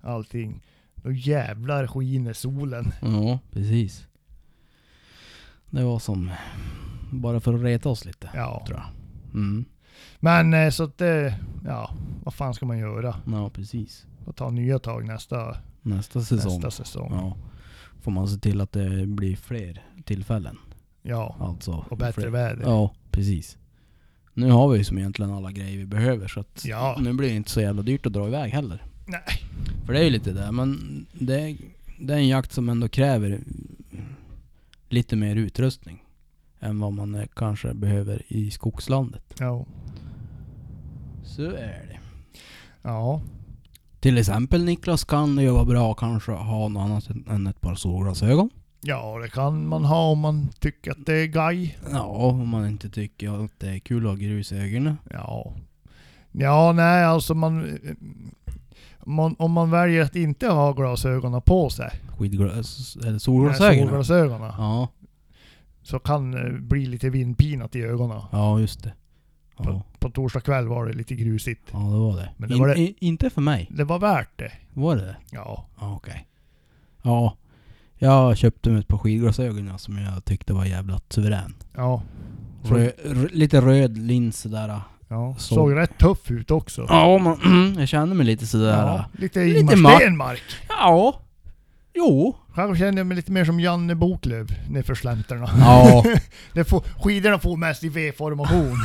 allting. Då jävlar skiner solen.
Ja, precis. Det var som... Bara för att reta oss lite.
Ja.
Tror jag. Mm.
Men eh, så att eh, ja, vad fan ska man göra?
Ja, precis.
Får ta nya tag nästa
Nästa säsong.
Nästa säsong. Ja.
Ja. Får man se till att det blir fler tillfällen. Alltså,
Och bättre
fler.
väder. Ja.
Ja, precis. Nu har vi ju som egentligen alla grejer vi behöver så att
Ja.
nu blir det inte så jävla dyrt att dra iväg heller.
Nej.
För det är ju lite det, men det är, det är en jakt som ändå kräver lite mer utrustning än vad man eh, kanske behöver i skogslandet.
Ja.
Så är det. Till exempel Niklas kan det ju vara bra att kanske ha något annat än ett par solglasögon.
Ja, det kan man ha om man tycker att det är gaj.
Ja, om man inte tycker att det är kul att ha grus i ögonen.
Ja. Ja, nej alltså man, eh, man... Om man väljer att inte ha glasögonen på sig.
Skidglas... Eller
med
solglasögonen.
Solglasögonen.
Ja,
Så kan det bli lite vindpinat i ögonen.
ja just det. Ja,
På torsdag kväll var det lite grusigt.
ja det var det.
Men det var
In,
det-
i- inte för mig.
Det var värt det.
Var det det?
Ja.
Ja, okej. Ja. Jag köpte mig ett par skidglasögon som jag tyckte var jävligt suverän.
Ja. Så-
Rö, r- lite röd lins där.
ja.
Så-
Såg rätt tuff ut också.
Ja, man, jag kände mig lite
Ja,
sådär. Ja.
lite
Lite
Ingemar
matt.
Stenmark.
ja. Jo.
Själv känner jag mig lite mer som Janne Boklöv nerför slänterna.
Ja.
Det får, skidorna får mest i V-formation.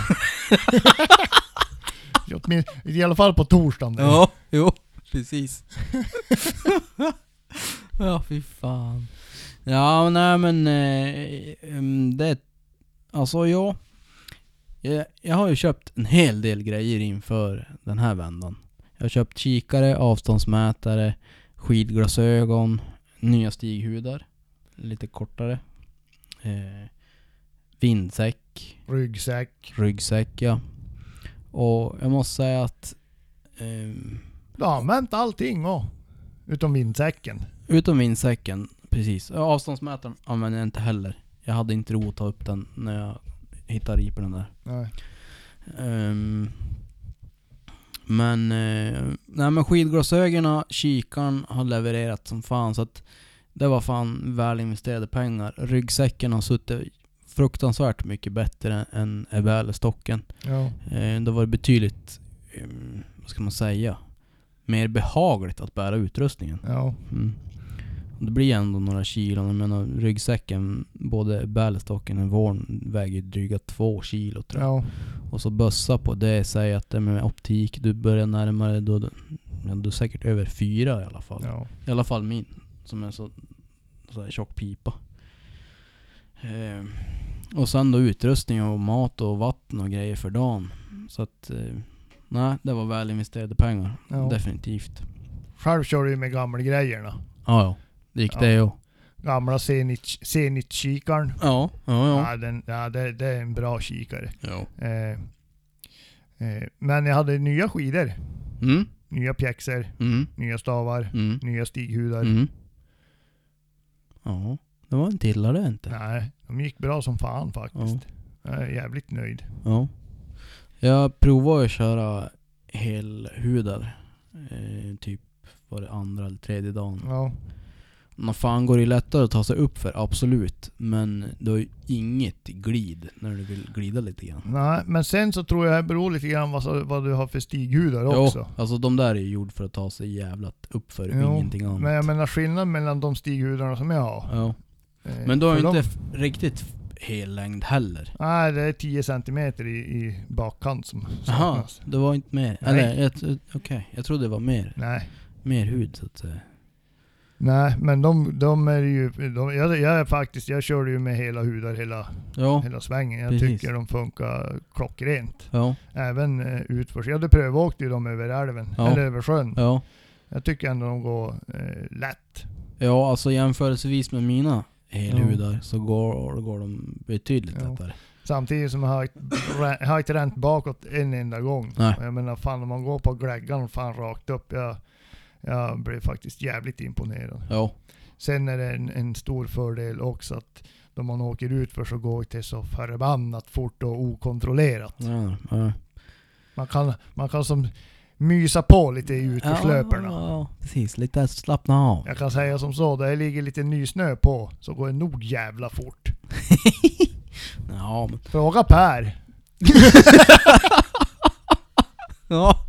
I åtmin- I alla fall på torsdagen. där.
Ja, jo, precis. ja, fy fan. Ja, nej men eh, em, det... Alltså ja. Jag, jag har ju köpt en hel del grejer inför den här vändan. Jag har köpt kikare, avståndsmätare, skidglasögon, nya stighudar. Lite kortare. Eh, vindsäck
Ryggsäck.
ryggsäck ja. Och jag måste säga att ehm,
Du har använt allting och, Utom vindsäcken.
utom vindsäcken, precis. Ja, Avståndsmätaren använder jag inte heller. Jag hade inte ro att ta upp den när jag hittade riporna där.
Nej.
Ehm, men, eh, nej men skidglasögonen, kikaren har levererat som fan så att det var fan väl investerade pengar. Ryggsäcken har suttit fruktansvärt mycket bättre än Ebäle-stocken.
Ja.
Eh, Då var det betydligt, eh, vad ska man säga, mer behagligt att bära utrustningen.
Ja.
Mm. Och Det blir ändå några kilo. Jag menar ryggsäcken, både bärlestocken och våren väger ju dryga två kilo tror jag.
Ja.
Och så bössa på det säger att det med optik, du börjar närmare då, ja, du är säkert över fyra i alla fall.
ja.
I alla fall min. Som är så, så här tjock pipa. Eh, och sen då utrustning och mat och vatten och grejer för dagen. Så att... Eh, nej, det var väl investerade pengar.
Ja.
Definitivt.
Själv kör du ju med gamla grejerna.
Ja, ja. Det gick
Ja.
det ju.
Gamla Zenit- Zenit-kikaren.
Ja, ja, ja.
Ja, den, ja det, det är en bra kikare.
ja.
Eh, eh, men jag hade nya skidor.
Mm,
Nya pjäxor,
mm,
nya stavar,
mm,
nya stighudar.
mm. Ja, det var en till det inte.
Nej, de gick bra som fan faktiskt. Jag är jävligt nöjd.
Ja. Jag provade att köra helhudar. Eh, typ var det andra eller tredje dagen.
Ja,
Nå fan går det ju lättare att ta sig upp för, absolut. Men du har ju inget glid när du vill glida lite grann.
nej, men sen så tror jag det beror lite grann vad, så- vad du har för stighudar
Jo,
också.
alltså de där är ju gjord för att ta sig jävlat upp för,
Jo,
ingenting annat.
Men jag menar skillnaden mellan de stighudarna som jag har.
ja.
eh,
men du har ju
för
inte
de-
f- riktigt f- hel längd heller.
Nej, det är 10 centimeter i, i bakkant som
Jaha,
saknas.
det var inte mer?
Nej.
Eller jag tro- okej, jag trodde det var mer,
Nej.
mer hud så att eh, säga.
Nej, men de, de är ju... De, jag, jag är faktiskt, jag körde ju med hela hudar hela,
Ja,
hela svängen. Jag
Precis.
tycker de funkar klockrent.
ja,
Även eh, utförs. Jag hade prövåkt ju dem över älven,
Ja.
eller över sjön.
ja.
Jag tycker ändå de går eh, lätt.
Ja, alltså jämförelsevis med mina helhudar så går, går de betydligt
Ja.
lättare.
Samtidigt som jag har ett rä- jag har inte ränt bakåt en enda gång.
Nej.
Och Jag menar fan om man går på gläggan fan rakt upp. Jag, jag blev faktiskt jävligt imponerad.
Ja,
Sen är det en, en stor fördel också att då man åker ut för så går det så förbannat fort och okontrollerat.
ja, ja.
Man kan, man kan som mysa på lite i utförslöperna.
Ja, ja, precis. Lite slappna av.
Jag kan säga som så, där ligger lite nysnö på så går det nog jävla fort.
Ja, men...
Fråga Per.
ja.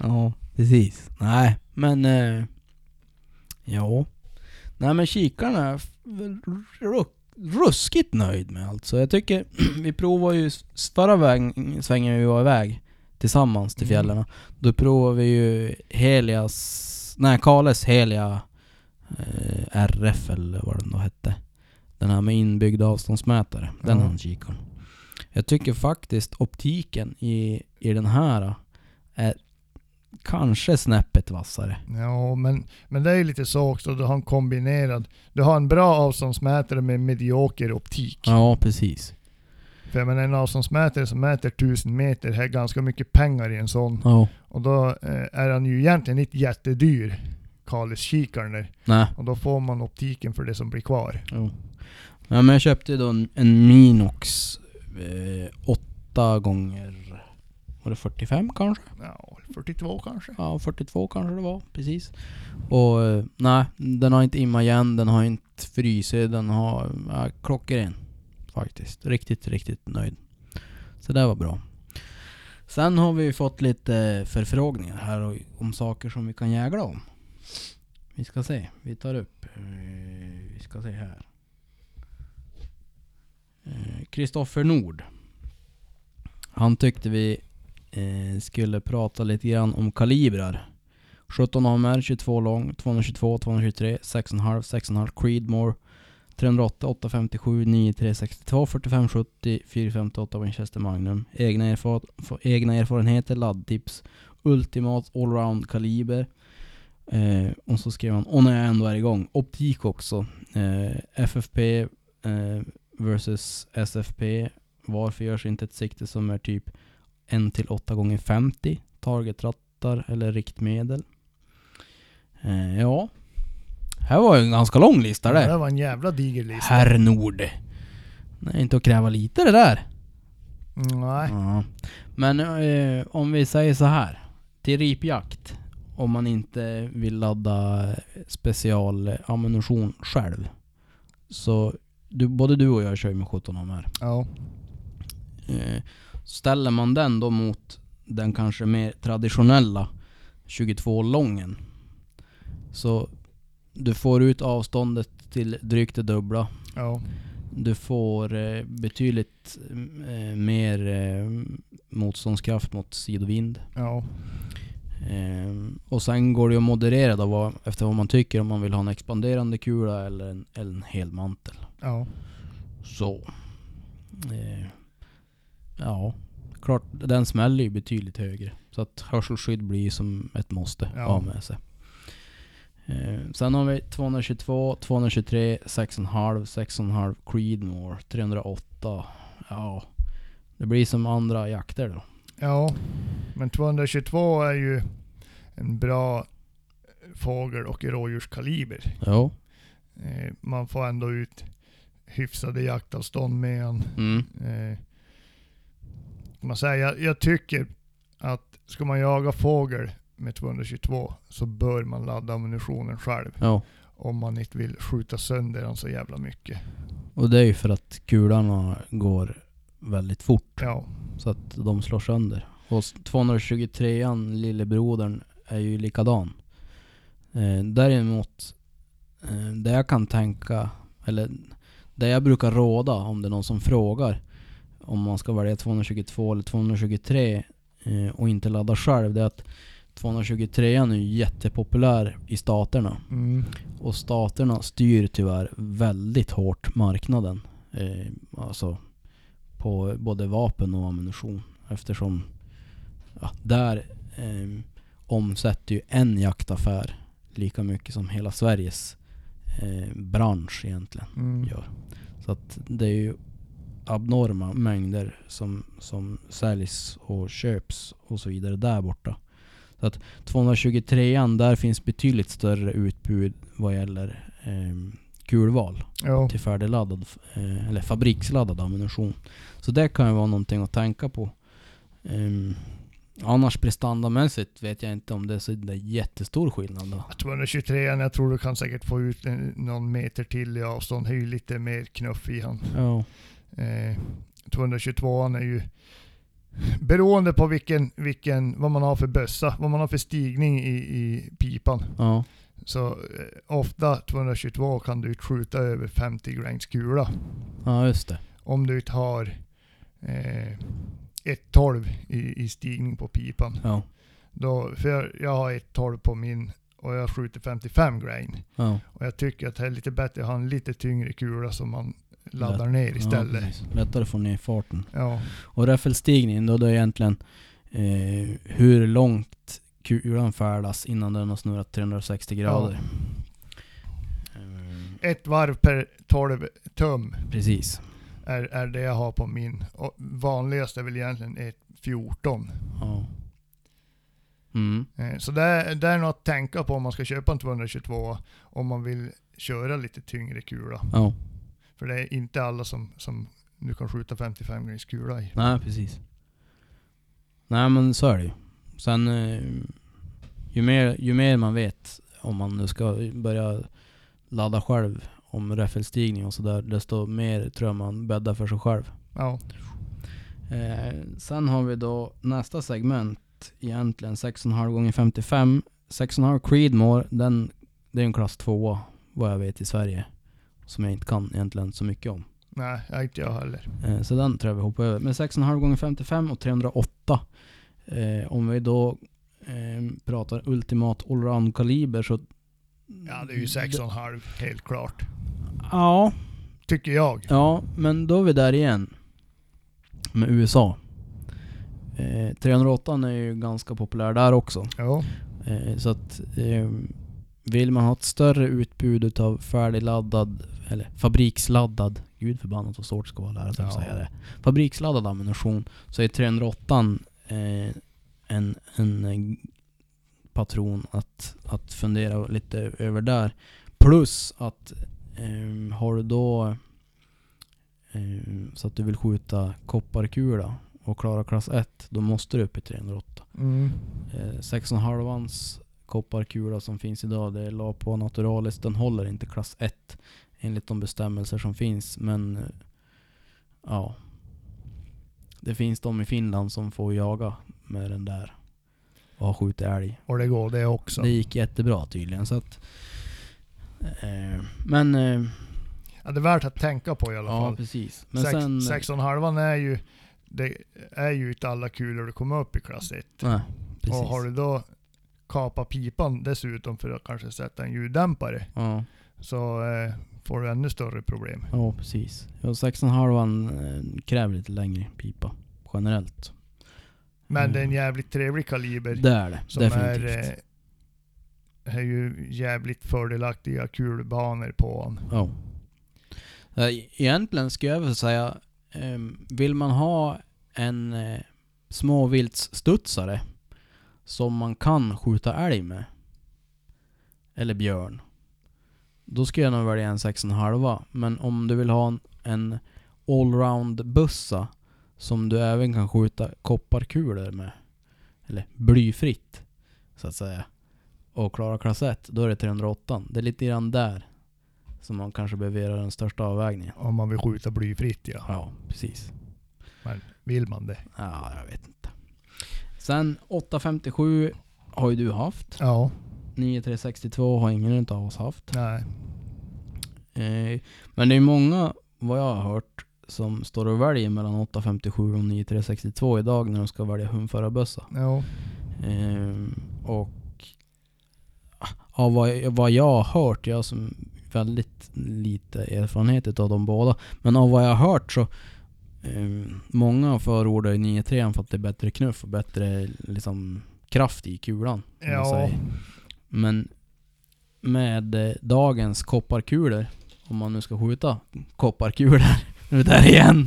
ja, precis. Nej, men... Eh, ja. Nej men kikarna är f- ru- ruskigt nöjd med alltså. Jag tycker, vi provar ju s- förra vägen, svängen vi var iväg tillsammans till
Mm.
fjällen. Då provar vi ju Helias, nej Kales Helia eh, RF eller vad den då hette. Den här med inbyggd avståndsmätare. Den
Ja.
har en kikare. Jag tycker faktiskt optiken i, i den här eh, är kanske snäppet vassare.
Ja, men, men det är ju lite så också. Du har en kombinerad... Du har en bra avståndsmätare med medioker optik.
Ja, precis.
För jag menar, en avståndsmätare som mäter 1000 meter här är ganska mycket pengar i en sån.
Ja.
Och då eh, är han ju egentligen inte jättedyr, Kalix-kikaren där.
Nej.
Och då får man optiken för det som blir kvar.
Jo. Ja, men jag köpte då en, en Minox eh, 8 gånger var det 45 kanske?
Ja, 42 kanske.
Ja, 42 kanske det var, precis. Och eh, nej, den har inte immat igen, den har inte frysit, den har... Ja, klockren. Faktiskt. Riktigt, riktigt nöjd. Så det var bra. Sen har vi fått lite förfrågningar här och- om saker som vi kan jägla om. Vi ska se, vi tar upp. eh, Vi ska se här. Eh, Kristoffer Nord. Han tyckte vi eh, skulle prata lite grann om kalibrar. 17 AMR, 22 lång, 222, 223, 6,5, 6,5 Creedmoor, 308, 857, 93, 62, 45, 70, 458 Winchester Magnum. Egna, erfar- f- egna erfarenheter, laddtips, ultimat allround kaliber. Eh, och så skrev han, och när jag ändå är igång, optik också. Eh, FFP eh, versus SFP. Varför görs inte ett sikte som är typ 1-8 gånger 50 targetrattar eller riktmedel? Eh, ja. Här var ju en ganska lång lista
Det
det.
där var en jävla diger lista.
Herr Nord. Det är inte att kräva lite det där.
Mm, Nej.
Ja. Men eh, om vi säger så här. Till ripjakt. Om man inte vill ladda specialammunition själv. Så du, både du och jag kör ju med 17 AMR.
Ja.
Eh, ställer man den då mot den kanske mer traditionella 22 lången. Så du får ut avståndet till drygt det dubbla.
Ja.
Du får eh, betydligt eh, mer eh, motståndskraft mot sidovind.
Ja.
Ehm, och sen går det ju att moderera då vad, efter vad man tycker om man vill ha en expanderande kula eller en, eller en helmantel.
Ja.
Så. Eh, ja, klart den smäller ju betydligt högre. Så att hörselskydd blir ju som ett måste
Ja.
att ha med sig. Eh, sen har vi 222, 223, 6,5, 6,5 Creedmoor, 308. Ja, det blir som andra jakter då.
Ja. Men 222 är ju en bra fågel och rådjurskaliber.
Ja.
Eh, man får ändå ut hyfsade jaktavstånd med en.
Mm.
Eh, kan man säga, jag, jag tycker att ska man jaga fågel med 222 så bör man ladda ammunitionen själv.
Ja.
Om man inte vill skjuta sönder den så jävla mycket.
Och det är ju för att kulorna går väldigt fort
Ja,
så att de slår sönder. Och s- 223an, lillebrodern, är ju likadan. Eh, däremot, eh, det jag kan tänka, eller det jag brukar råda om det är någon som frågar om man ska välja 222 eller 223 eh, och inte ladda själv, det är att 223an är ju jättepopulär i staterna.
mm.
Och staterna styr tyvärr väldigt hårt marknaden. Eh, alltså på både vapen och ammunition. Eftersom ja, där eh, omsätter ju en jaktaffär lika mycket som hela Sveriges eh, bransch egentligen
Mm.
gör. Så att det är ju abnorma mängder som, som säljs och köps och så vidare där borta. Så att 223an, där finns betydligt större utbud vad gäller eh, kulval
ja.
till färdigladdad eh, eller fabriksladdad ammunition. Så det kan ju vara någonting att tänka på. Ehm, annars prestandamässigt vet jag inte om det är så det är jättestor skillnad då.
223 jag tror du kan säkert få ut en, någon meter till i avstånd. Det är ju lite mer knuff i han.
Ja.
Eh, 222an är ju beroende på vilken, vilken, vad man har för bössa, vad man har för stigning i, i pipan.
Ja.
Så eh, ofta 222 kan du skjuta över 50 grains kula.
ja, just det.
Om du inte har eh, 112 i, i stigning på pipan.
Ja.
Då, för jag, jag har 112 på min och jag skjuter 55 grain.
Ja.
Och jag tycker att det är lite bättre att ha en lite tyngre kula som man laddar
Lätt.
ner
Ja,
istället.
precis. Lättare att få ner farten.
Ja,
Och räffelstigningen då, det är egentligen eh, hur långt kulan färdas innan den har snurrat 360 grader. Ehm,
Ett varv per 12 tum
Precis.
är, är det jag har på min. Och vanligast är väl egentligen ett 14.
Ja. Mm.
Eh, Så det är, det är något att tänka på om man ska köpa en 222 om man vill köra lite tyngre kula.
Ja.
För det är inte alla som, som du kan skjuta 55 grins kula i.
Nej, precis. Nej, men så är det ju. Sen, eh, ju mer, ju mer man vet om man nu ska börja ladda själv om räffelstigning och sådär, desto mer tror jag man bäddar för sig själv.
Ja.
Eh, sen har vi då nästa segment egentligen 6,5 gånger 55. 6,5 Creedmoor, den, det är en klass 2 vad jag vet i Sverige. Som jag inte kan egentligen så mycket om.
Nej, jag- inte jag heller.
Eh, så den tror jag vi hoppar över. Men 6,5 gånger 55 och 308. Eh, om vi då eh, pratar ultimat allround-kaliber så...
Ja,
Mm.
det är ju 6,5 helt klart.
Ja,
Tycker jag.
Ja, men då är vi där igen. Med USA. Eh, 308 är ju ganska populär där också.
Ja.
Eh, så att eh, vill man ha ett större utbud utav färdigladdad, eller fabriksladdad, gud förbannat vad svårt det ska vara att lära sig att
Ja.
säga det. Fabriksladdad ammunition så är 308 eh, en, en eh, patron att, att fundera lite över där. Plus att eh, har du då eh, så att du vill skjuta kopparkula och klara klass 1, då måste du upp i 308.
Mm.
Eh, 6,5ans kopparkula som finns idag, det är Lapua Naturalis. Den håller inte klass 1 enligt de bestämmelser som finns. Men eh, ja, det finns de i Finland som får jaga med den där och har skjutit älg.
Och det går det också.
Det gick jättebra tydligen. Så att, eh, men eh,
Ja, det är värt att tänka på i alla
ja,
fall.
precis. Men
Men Sex,
sen,
sex och en halvan är ju, det är ju inte alla kulor du kommer upp i klass 1.
nej, precis.
Och har du då kapat pipan dessutom för att kanske sätta en ljuddämpare
ja.
så eh, får du ännu större problem.
Ja, precis. Ja, 6,5 eh, kräver lite längre pipa generellt.
Men
Mm.
det är en jävligt trevlig kaliber.
Det är det,
som
definitivt.
är, eh, är ju jävligt fördelaktiga kulbanor på honom.
Ja. Eh, Egentligen skulle jag väl säga, ehm, vill man ha en eh, småviltsstudsare som man kan skjuta älg med, eller björn, då skulle jag nog välja en 6,5. Men om du vill ha en, en allround-bössa som du även kan skjuta kopparkulor med, eller blyfritt, så att säga, och klara klass 1, då är det 308. Det är lite grann där som man kanske behöver göra den största avvägningen.
Om man vill skjuta blyfritt ja.
Ja, precis.
Vill man det?
Ja, jag vet inte. Sen 857 har ju du haft.
Ja.
9362 har ingen utav oss haft.
Nej.
Eh, men det är många, vad jag har hört, som står och väljer mellan 857 och 9362 idag när de ska välja hundförarbössa.
Ja.
Ehm, och av vad, vad jag har hört, jag har som väldigt lite erfarenhet av de båda, men av vad jag har hört så ehm, många förordar ju 9.3 för att det är bättre knuff och bättre liksom, kraft i kulan. om man
Ja.
säger. Men med eh, dagens kopparkulor, om man nu ska skjuta kopparkulor, nu är vi där igen.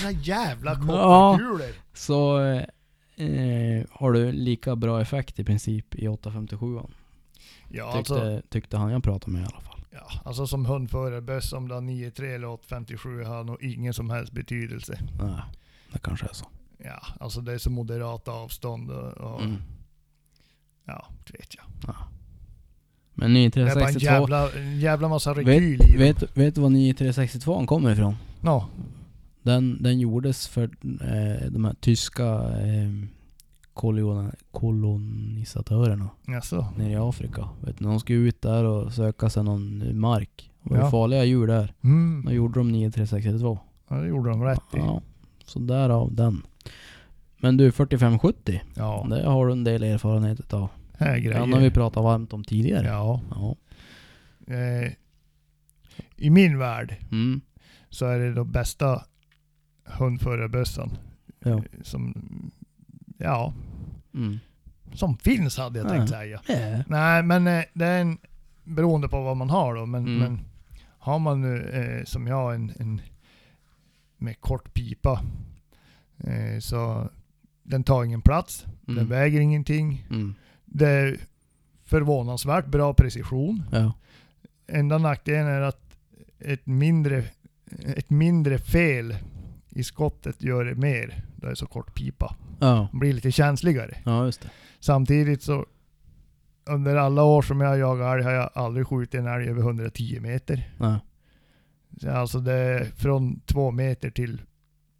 Dina jävla
Ja.
kopparkulor!
Så eh, eh, har du lika bra effekt i princip i 857an.
Ja,
Tyckte,
alltså,
tyckte han jag pratade med i alla fall.
ja, alltså som hundförarbössa om du har 9,3 eller 8,57 har nog ingen som helst betydelse.
Nej, det kanske är så.
Ja, alltså det är så moderata avstånd och, och
Mm.
ja, inte vet jag.
Men
Det är bara en
9362,
jävla, en jävla massa rekyl
vet,
i det.
vet, vet du var 9362 kommer ifrån?
Nå,
Den, den gjordes för eh, de här tyska eh, kolona- kolonisatörerna
jaså?
nere i Afrika. Vet du, de skulle ut där och söka sig någon mark. Det var
Ja.
ja. farliga djur där. Då
Mm.
gjorde de 9362.
Ja, det gjorde de rätt i.
Ja, så därav den. Men du, 4570,
Ja,
det har du en del erfarenhet utav.
här
Den har vi
grejer.
pratat varmt om tidigare.
Ja.
Ja.
Eh, I min värld
Mm.
så är det den bästa hundförarbössan
Ja.
som, ja,
Mm.
som finns hade jag tänkt
Ja.
säga. Nej, men eh, det är en, beroende på vad man har då. Men,
Mm.
men har man nu eh, som jag en, en med kort pipa eh, så den tar ingen plats, den
Mm.
väger ingenting.
Mm.
Det är förvånansvärt bra precision.
Ja.
Enda nackdelen är att ett mindre, ett mindre fel i skottet gör det mer. Det är så kort pipa.
Ja.
Man blir lite känsligare.
ja, just det.
Samtidigt så under alla år som jag har jagat älg har jag aldrig skjutit en älg över 110 meter.
Nej.
Så Alltså det är från 2 meter till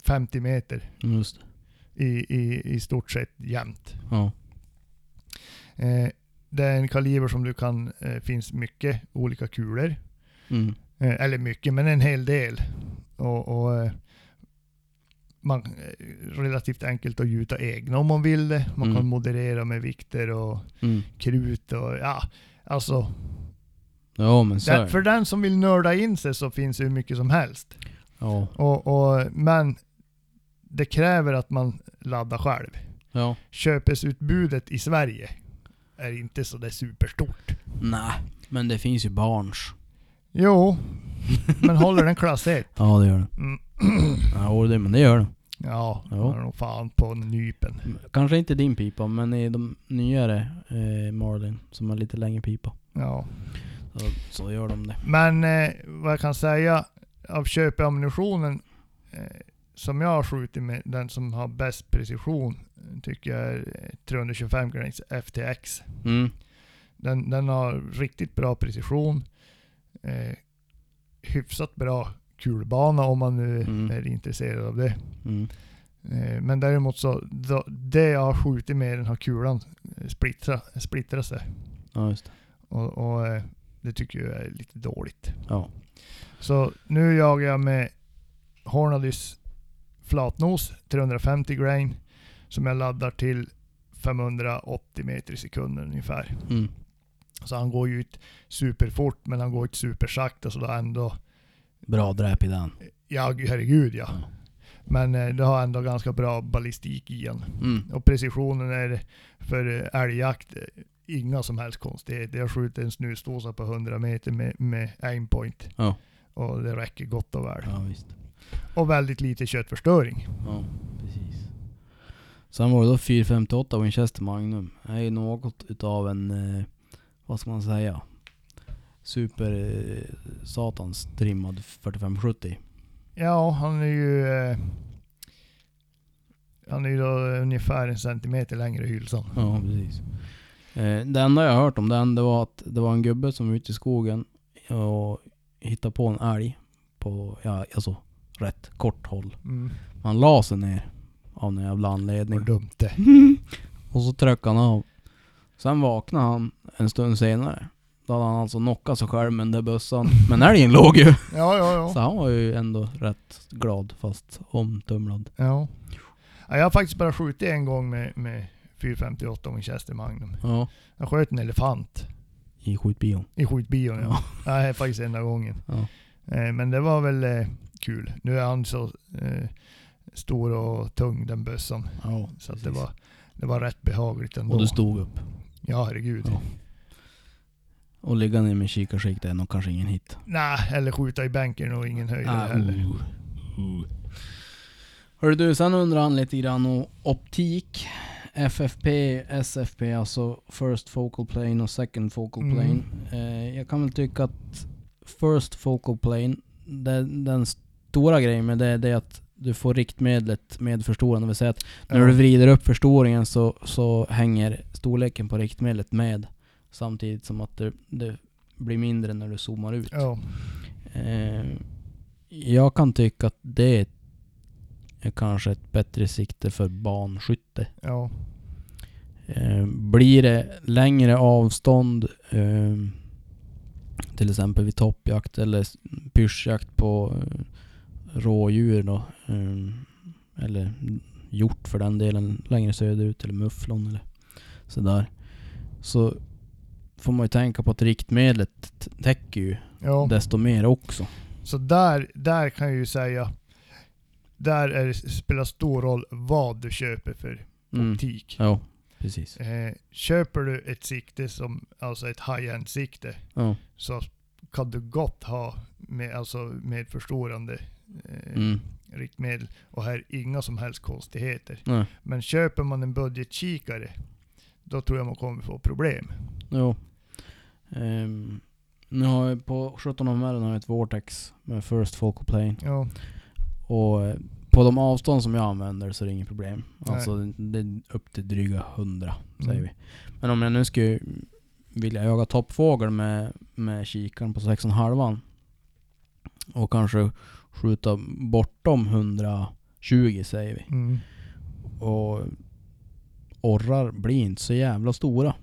50 meter
Mm, Just det.
i, i, i stort sett jämnt.
Ja.
Eh, det är en kaliber som du kan, eh, finns mycket olika kulor.
Mm.
Eh, eller mycket, men en hel del. Och, och eh, man, eh, relativt enkelt att gjuta egna om man vill det. Man
Mm.
kan moderera med vikter och
Mm.
krut och ja, alltså.
Ja men så är
Där,
det.
för den som vill nörda in sig så finns det hur mycket som helst.
Ja.
Och, och, men det kräver att man laddar själv.
Ja.
Köpesutbudet i Sverige är inte så där superstort.
Nej. Men det finns ju barns.
Jo, men håller den klass 1?
Ja det gör det.
Mm.
Ja det, men det gör det.
Ja,
Jo.
den är nog fan på nypen.
Kanske inte din pipa men i de nyare eh, Marlin som har lite längre pipa.
Ja.
Så, så gör de det.
Men eh, vad jag kan säga av köpeammunitionen eh, som jag har skjutit med, den som har bäst precision, tycker jag är eh, 325 grains FTX.
Mm.
Den, den har riktigt bra precision, eh, hyfsat bra kulbana om man nu
Mm.
är intresserad av det.
Mm.
Eh, men däremot så, då, det jag har skjutit med den har kulan eh, splittra, splittrat sig.
Ja just det.
Och, och eh, det tycker jag är lite dåligt.
Ja.
Så nu jagar jag med Hornadys flatnos 350 grain som jag laddar till 580 meter i sekunden ungefär.
Mm.
Så han går ju ut superfort men han går ut supersakta så då ändå,
Bra dräp i den.
ja herregud ja. Men eh, det har ändå ganska bra ballistik i han.
Mm.
Och precisionen är för eh, älgjakt eh, inga som helst konstigheter. Jag skjuter en snusdosa på 100 meter med, med aimpoint.
Ja.
Och det räcker gott och väl.
Ja visst.
Och väldigt lite köttförstöring.
Ja, precis. Sen var det då 458 Winchester Magnum. Det är ju något utav en, eh, vad ska man säga, super eh, satans trimmad 4570.
Ja, han är ju... Eh, han är ju då ungefär en centimeter längre i hylsan.
Ja, precis. Eh, det enda jag har hört om den, det var att det var en gubbe som var ute i skogen och hittade på en älg på, ja alltså, rätt kort håll.
Mm.
Han la sig ner av någon jävla
Vad
anledning.
dumt det.
Och så tröckade han av. Sen vaknade han en stund senare. Då hade han alltså knockat sig själv med den där bössan. Men älgen låg ju.
Ja, ja, ja.
Så han var ju ändå rätt glad fast omtumlad.
ja. ja jag har faktiskt bara skjutit en gång med, med 458 Winchester Magnum.
Ja.
Jag sköt en elefant
I skjutbion.
i skjutbion. Ja.
Ja.
Nej, det är faktiskt enda gången.
Ja.
Eh, men det var väl eh, kul. Nu är han så eh, stor och tung den bössan.
ja
Så att det,
precis.
var, det var rätt behagligt ändå.
Och du stod upp.
Ja, herregud.
Ja. Och ligga ner med kikarsikte är nog kanske ingen hit.
Nej, eller skjuta i bänken och ingen höjd
Ah,
heller.
uh, uh. Hörru du, sen undrar han lite grann om optik. FFP, SFP, alltså First Focal Plane och Second Focal
Mm.
Plane. Eh, jag kan väl tycka att First Focal Plane, den, den stora grejen med det, det är att du får riktmedlet med förstoraren. Det vill säga att när
Ja.
du vrider upp förstoringen så, så hänger storleken på riktmedlet med. Samtidigt som att det, det blir mindre när du zoomar ut.
Ja.
Eh, jag kan tycka att det är kanske ett bättre sikte för banskytte.
Ja.
Eh, blir det längre avstånd, eh, till exempel vid toppjakt eller s- pyrschjakt på eh, rådjur då, eh, eller hjort för den delen, längre söderut eller mufflon eller sådär. Så får man ju tänka på att riktmedlet t- täcker ju
ja.
desto mer också.
Så där, där kan jag ju säga, där är, det- spelar stor roll vad du köper för
Mm.
optik.
Ja. precis.
Eh, köper du ett sikte som, alltså ett high-end sikte,
Ja.
så kan du gott ha med, alltså med förstorande eh,
Mm.
riktmedel. Och här inga som helst konstigheter.
Nej.
Men köper man en budgetkikare, då tror jag man kommer få problem.
Jo. Ehm, nu har jag på 17 av har jag ett Vortex med First Focal Plane.
Ja, Mm.
Och eh, på de avstånd som jag använder så är det inget problem. Alltså det är upp till dryga 100 säger
Mm.
vi. Men om jag nu skulle vilja jaga toppfågel med, med kikaren på 6,5 och kanske skjuta bortom 120 säger vi.
mm.
Och orrar blir inte så jävla stora.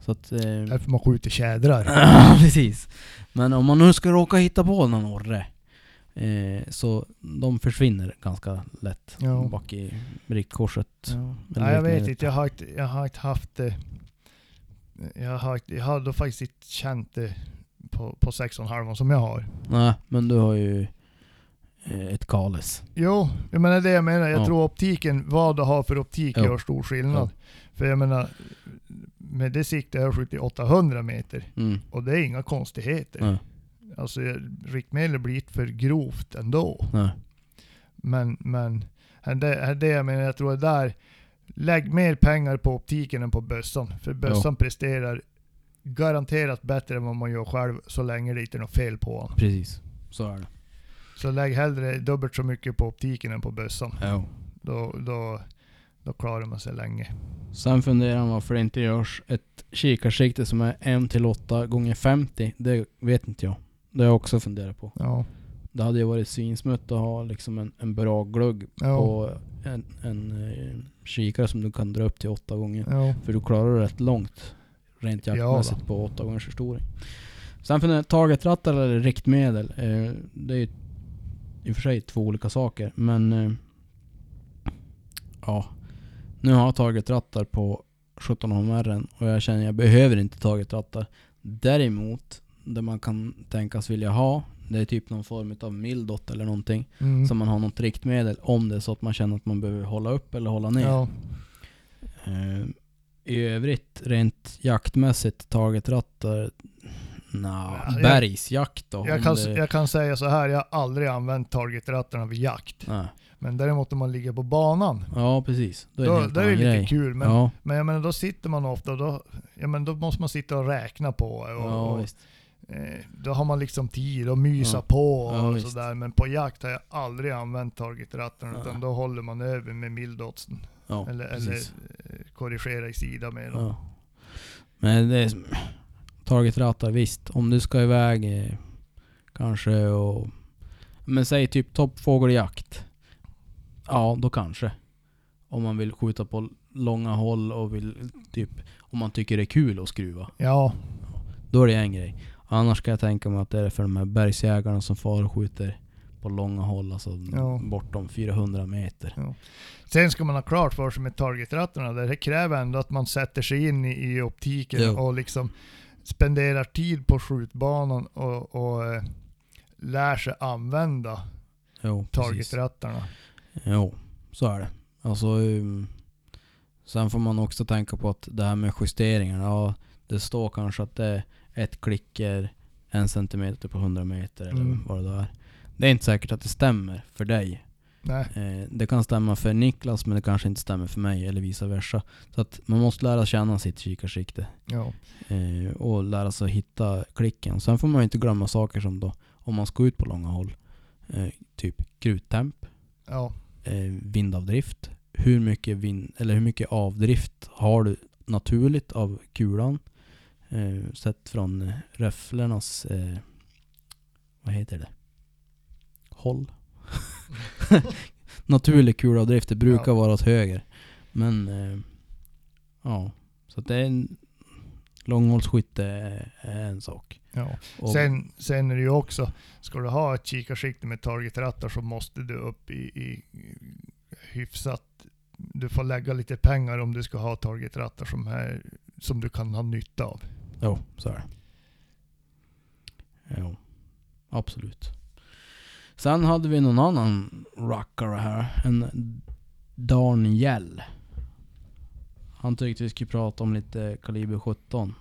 Så att... Eh,
därför man skjuter tjädrar.
Ja, precis. Men om man nu ska råka hitta på någon orre, eh, så de försvinner ganska lätt
Ja.
bak i riktkorset.
Ja.
Eller
Nej, jag vet
riktmedlet.
inte, jag har inte, jag har inte haft det. Jag har, inte- jag har då faktiskt inte känt det på, på 6,5 som jag har.
Nej, men du har ju eh, ett kalis.
Jo, jag menar det jag menar. Jag
Ja.
tror optiken, vad du har för optik
Jo.
gör stor skillnad. För jag menar, med det sikte har jag skjutit 800 meter
Mm.
och det är inga konstigheter.
Nej.
Alltså jag- riktmedlet blir inte för grovt ändå.
Nej.
Men, men här det, här det jag menar, jag tror att där, lägg mer pengar på optiken än på bössan. För bössan presterar garanterat bättre än vad man gör själv så länge det inte är något fel på den.
Precis. Så är det.
Så lägg hellre dubbelt så mycket på optiken än på bössan.
Jo.
Då, då, då klarar man sig länge.
Sen funderar han varför det inte görs ett kikarsikte som är 1-8 gånger 50. Det vet inte jag. Det har jag också funderat på.
Ja.
Det hade ju varit svinsmutt att ha liksom en, en bra glugg
Ja.
på en, en eh, kikare som du kan dra upp till åtta gånger.
Ja.
För du klarar rätt långt rent
Ja,
jaktmässigt på åtta gångers förstoring. Sen för den- targetrattar eller riktmedel, eh, det är ju i och för sig två olika saker. Men eh, ja, nu har jag targetrattar på 17 HMR och jag känner att jag behöver inte targetrattar. Däremot, det man kan tänkas vilja ha, det är typ någon form av mildot eller någonting.
Mm.
Så man har något riktmedel om det är så att man känner att man behöver hålla upp eller hålla ner.
ja.
Eh, I övrigt, rent jaktmässigt, taget rattar... Nja,
Ja, jag-
bergsjakt då.
Jag
om
kan,
det-
jag kan säga så här, jag har aldrig använt targetrattarna vid jakt.
Nej.
Men däremot om man ligger på banan,
Ja, precis. Då är det en
då,
helt
då är det
annan
lite
grej.
kul. Men,
ja,
men jag menar, då sitter man ofta och då, jag menar, då måste man sitta och räkna på. Och,
ja,
och,
visst.
eh, då har man liksom tid att mysa
Ja.
på och,
Ja, visst.
sådär. Men på jakt har jag aldrig använt targetrattarna
Nej.
utan då håller man över med milldotsen.
Ja,
eller eller
precis.
eh, korrigera i sida med dem.
Ja. Men det är som... Taget rattar, visst. Om du ska iväg eh, kanske och... Men säg typ toppfågeljakt. Ja, då kanske. Om man vill skjuta på långa håll och vill typ... Om man tycker det är kul att skruva.
Ja,
Då är det en grej. Annars kan jag tänka mig att det är för de här bergsjägarna som far och skjuter på långa håll, alltså
Ja.
bortom 400 meter.
Sen ska man ha klart för sig med targetrattarna, där det kräver ändå att man sätter sig in i, i optiken
Jo.
och liksom spenderar tid på skjutbanan och, och eh, lär sig använda
Jo, precis.
targetrattarna.
Jo, så är det. Alltså, um, sen får man också tänka på att det här med justeringarna, ja, det står kanske att det är ett klick är en centimeter på 100 meter eller
Mm.
vad det då är. Det är inte säkert att det stämmer för dig.
Nej,
Eh, det kan stämma för Niklas men det kanske inte stämmer för mig eller vice versa. Så att man måste lära känna sitt kikarsikte.
ja.
Eh, och lära sig hitta klicken. Sen får man ju inte glömma saker som då, om man ska ut på långa håll, eh, typ kruttemp,
ja.
eh, vindavdrift, hur mycket, vind, eller hur mycket avdrift har du naturligt av kulan? Eh, sett från eh, räfflornas, eh, vad heter det? Håll? Naturlig kulavdrift, det brukar
Ja.
vara åt höger. Men, eh, ja. Så att det är en långhållsskytte är- är en sak.
ja.
Och,
Sen, sen är det ju också, ska du ha ett kikarsikte med targetrattar så måste du upp i, i hyfsat, du får lägga lite pengar om du ska ha targetrattar som, här, som du kan ha nytta av.
Jo, så är det. Jo, absolut. Sen hade vi någon annan rackare här. En Daniel. Han tyckte vi skulle prata om lite kaliber 17.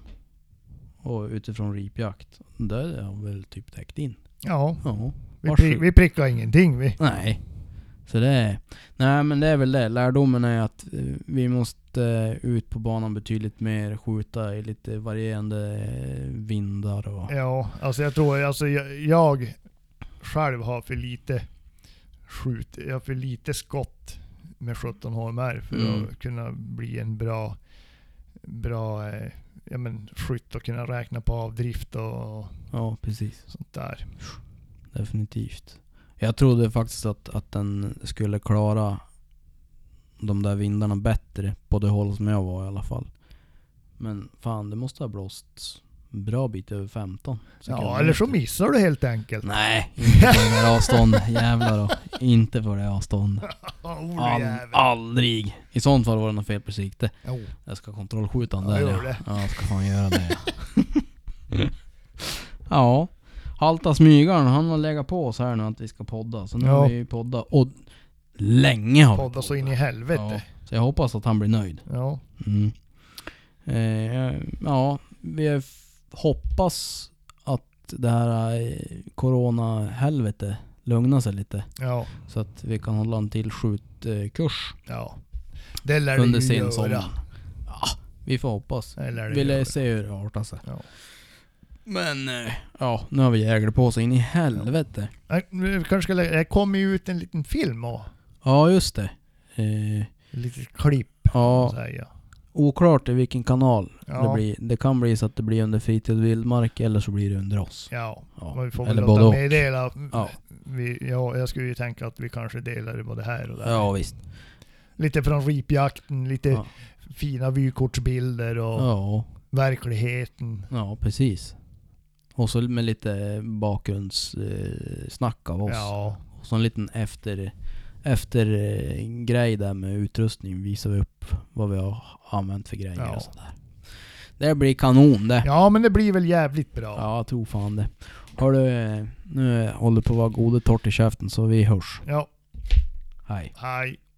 Och utifrån ripjakt. Det har han väl typ täckt in.
Ja,
Ja.
vi,
Varsågod.
pri- vi prickar ingenting vi.
Nej. Så det är... Nej men det är väl det. Lärdomen är att eh, vi måste eh, ut på banan betydligt mer. Skjuta i lite varierande eh, vindar och...
Ja, alltså jag tror, alltså jag, jag själv har för lite skjut, jag har för lite skott med 17 HMR för
Mm.
att kunna bli en bra, bra eh, ja, men, skytt och kunna räkna på avdrift och
Ja, precis.
sånt där.
Definitivt. Jag trodde faktiskt att, att den skulle klara de där vindarna bättre på det håll som jag var i alla fall. Men fan, det måste ha blåst en bra bit över 15
Ja,
sekunder.
eller så missar du helt enkelt.
Nej, inte på det där avståndet. Jävlar då. Inte på det avståndet.
Ja, oh,
All,
jävel.
aldrig. I sånt fall var det något fel på sikte.
Jo.
Jag ska kontrollskjuta han
Ja,
där
gör
ja.
det.
Ja, jag ska fan göra det ja. ja. Halta smygaren, han har legat på oss här nu att vi ska podda. Så nu
Ja.
har vi ju poddat. Och länge har vi
Podda så in i
ja.
helvete.
Så jag hoppas att han blir nöjd.
Ja.
Mm. Eh, ja, vi är f- hoppas att det här eh, corona-helvete lugnar sig lite.
Ja.
Så att vi kan hålla en eh, till skjutkurs
ja. Det lär
under
du ju göra.
sensommaren. Ja, vi får hoppas.
Det lär du
Vill
göra.
jag se hur det artar sig.
Ja.
Men eh, ja, nu har vi jägare på så in i helvete.
Nej, vi kanske ska lägga, det kommer ju ut en liten film och
Ja, just det. Eh,
ett litet klipp.
ja,
Så här, ja.
oklart i vilken kanal
Ja.
det blir. Det kan bli så att det blir under fritid och vildmark eller så blir det under oss.
Ja,
Ja,
men vi får väl
eller
låta
både och.
meddela.
Ja.
Vi, ja, jag skulle ju tänka att vi kanske delar det både här och där.
Ja, visst.
Lite från ripjakten, lite
Ja.
fina vykortsbilder och
Ja,
verkligheten.
ja precis. Och så med lite bakgrundssnack eh, snack av oss.
Ja,
Och så en liten efter, efter eh, grej där med utrustning visar vi upp vad vi har använt för grejer
Ja.
och sådär. Det blir kanon det.
ja, men det blir väl jävligt bra. Ja,
Ja, jag tror fan det. Hör du, eh, nu håller på att vara gode torrt i käften så vi hörs. Hej.
hej.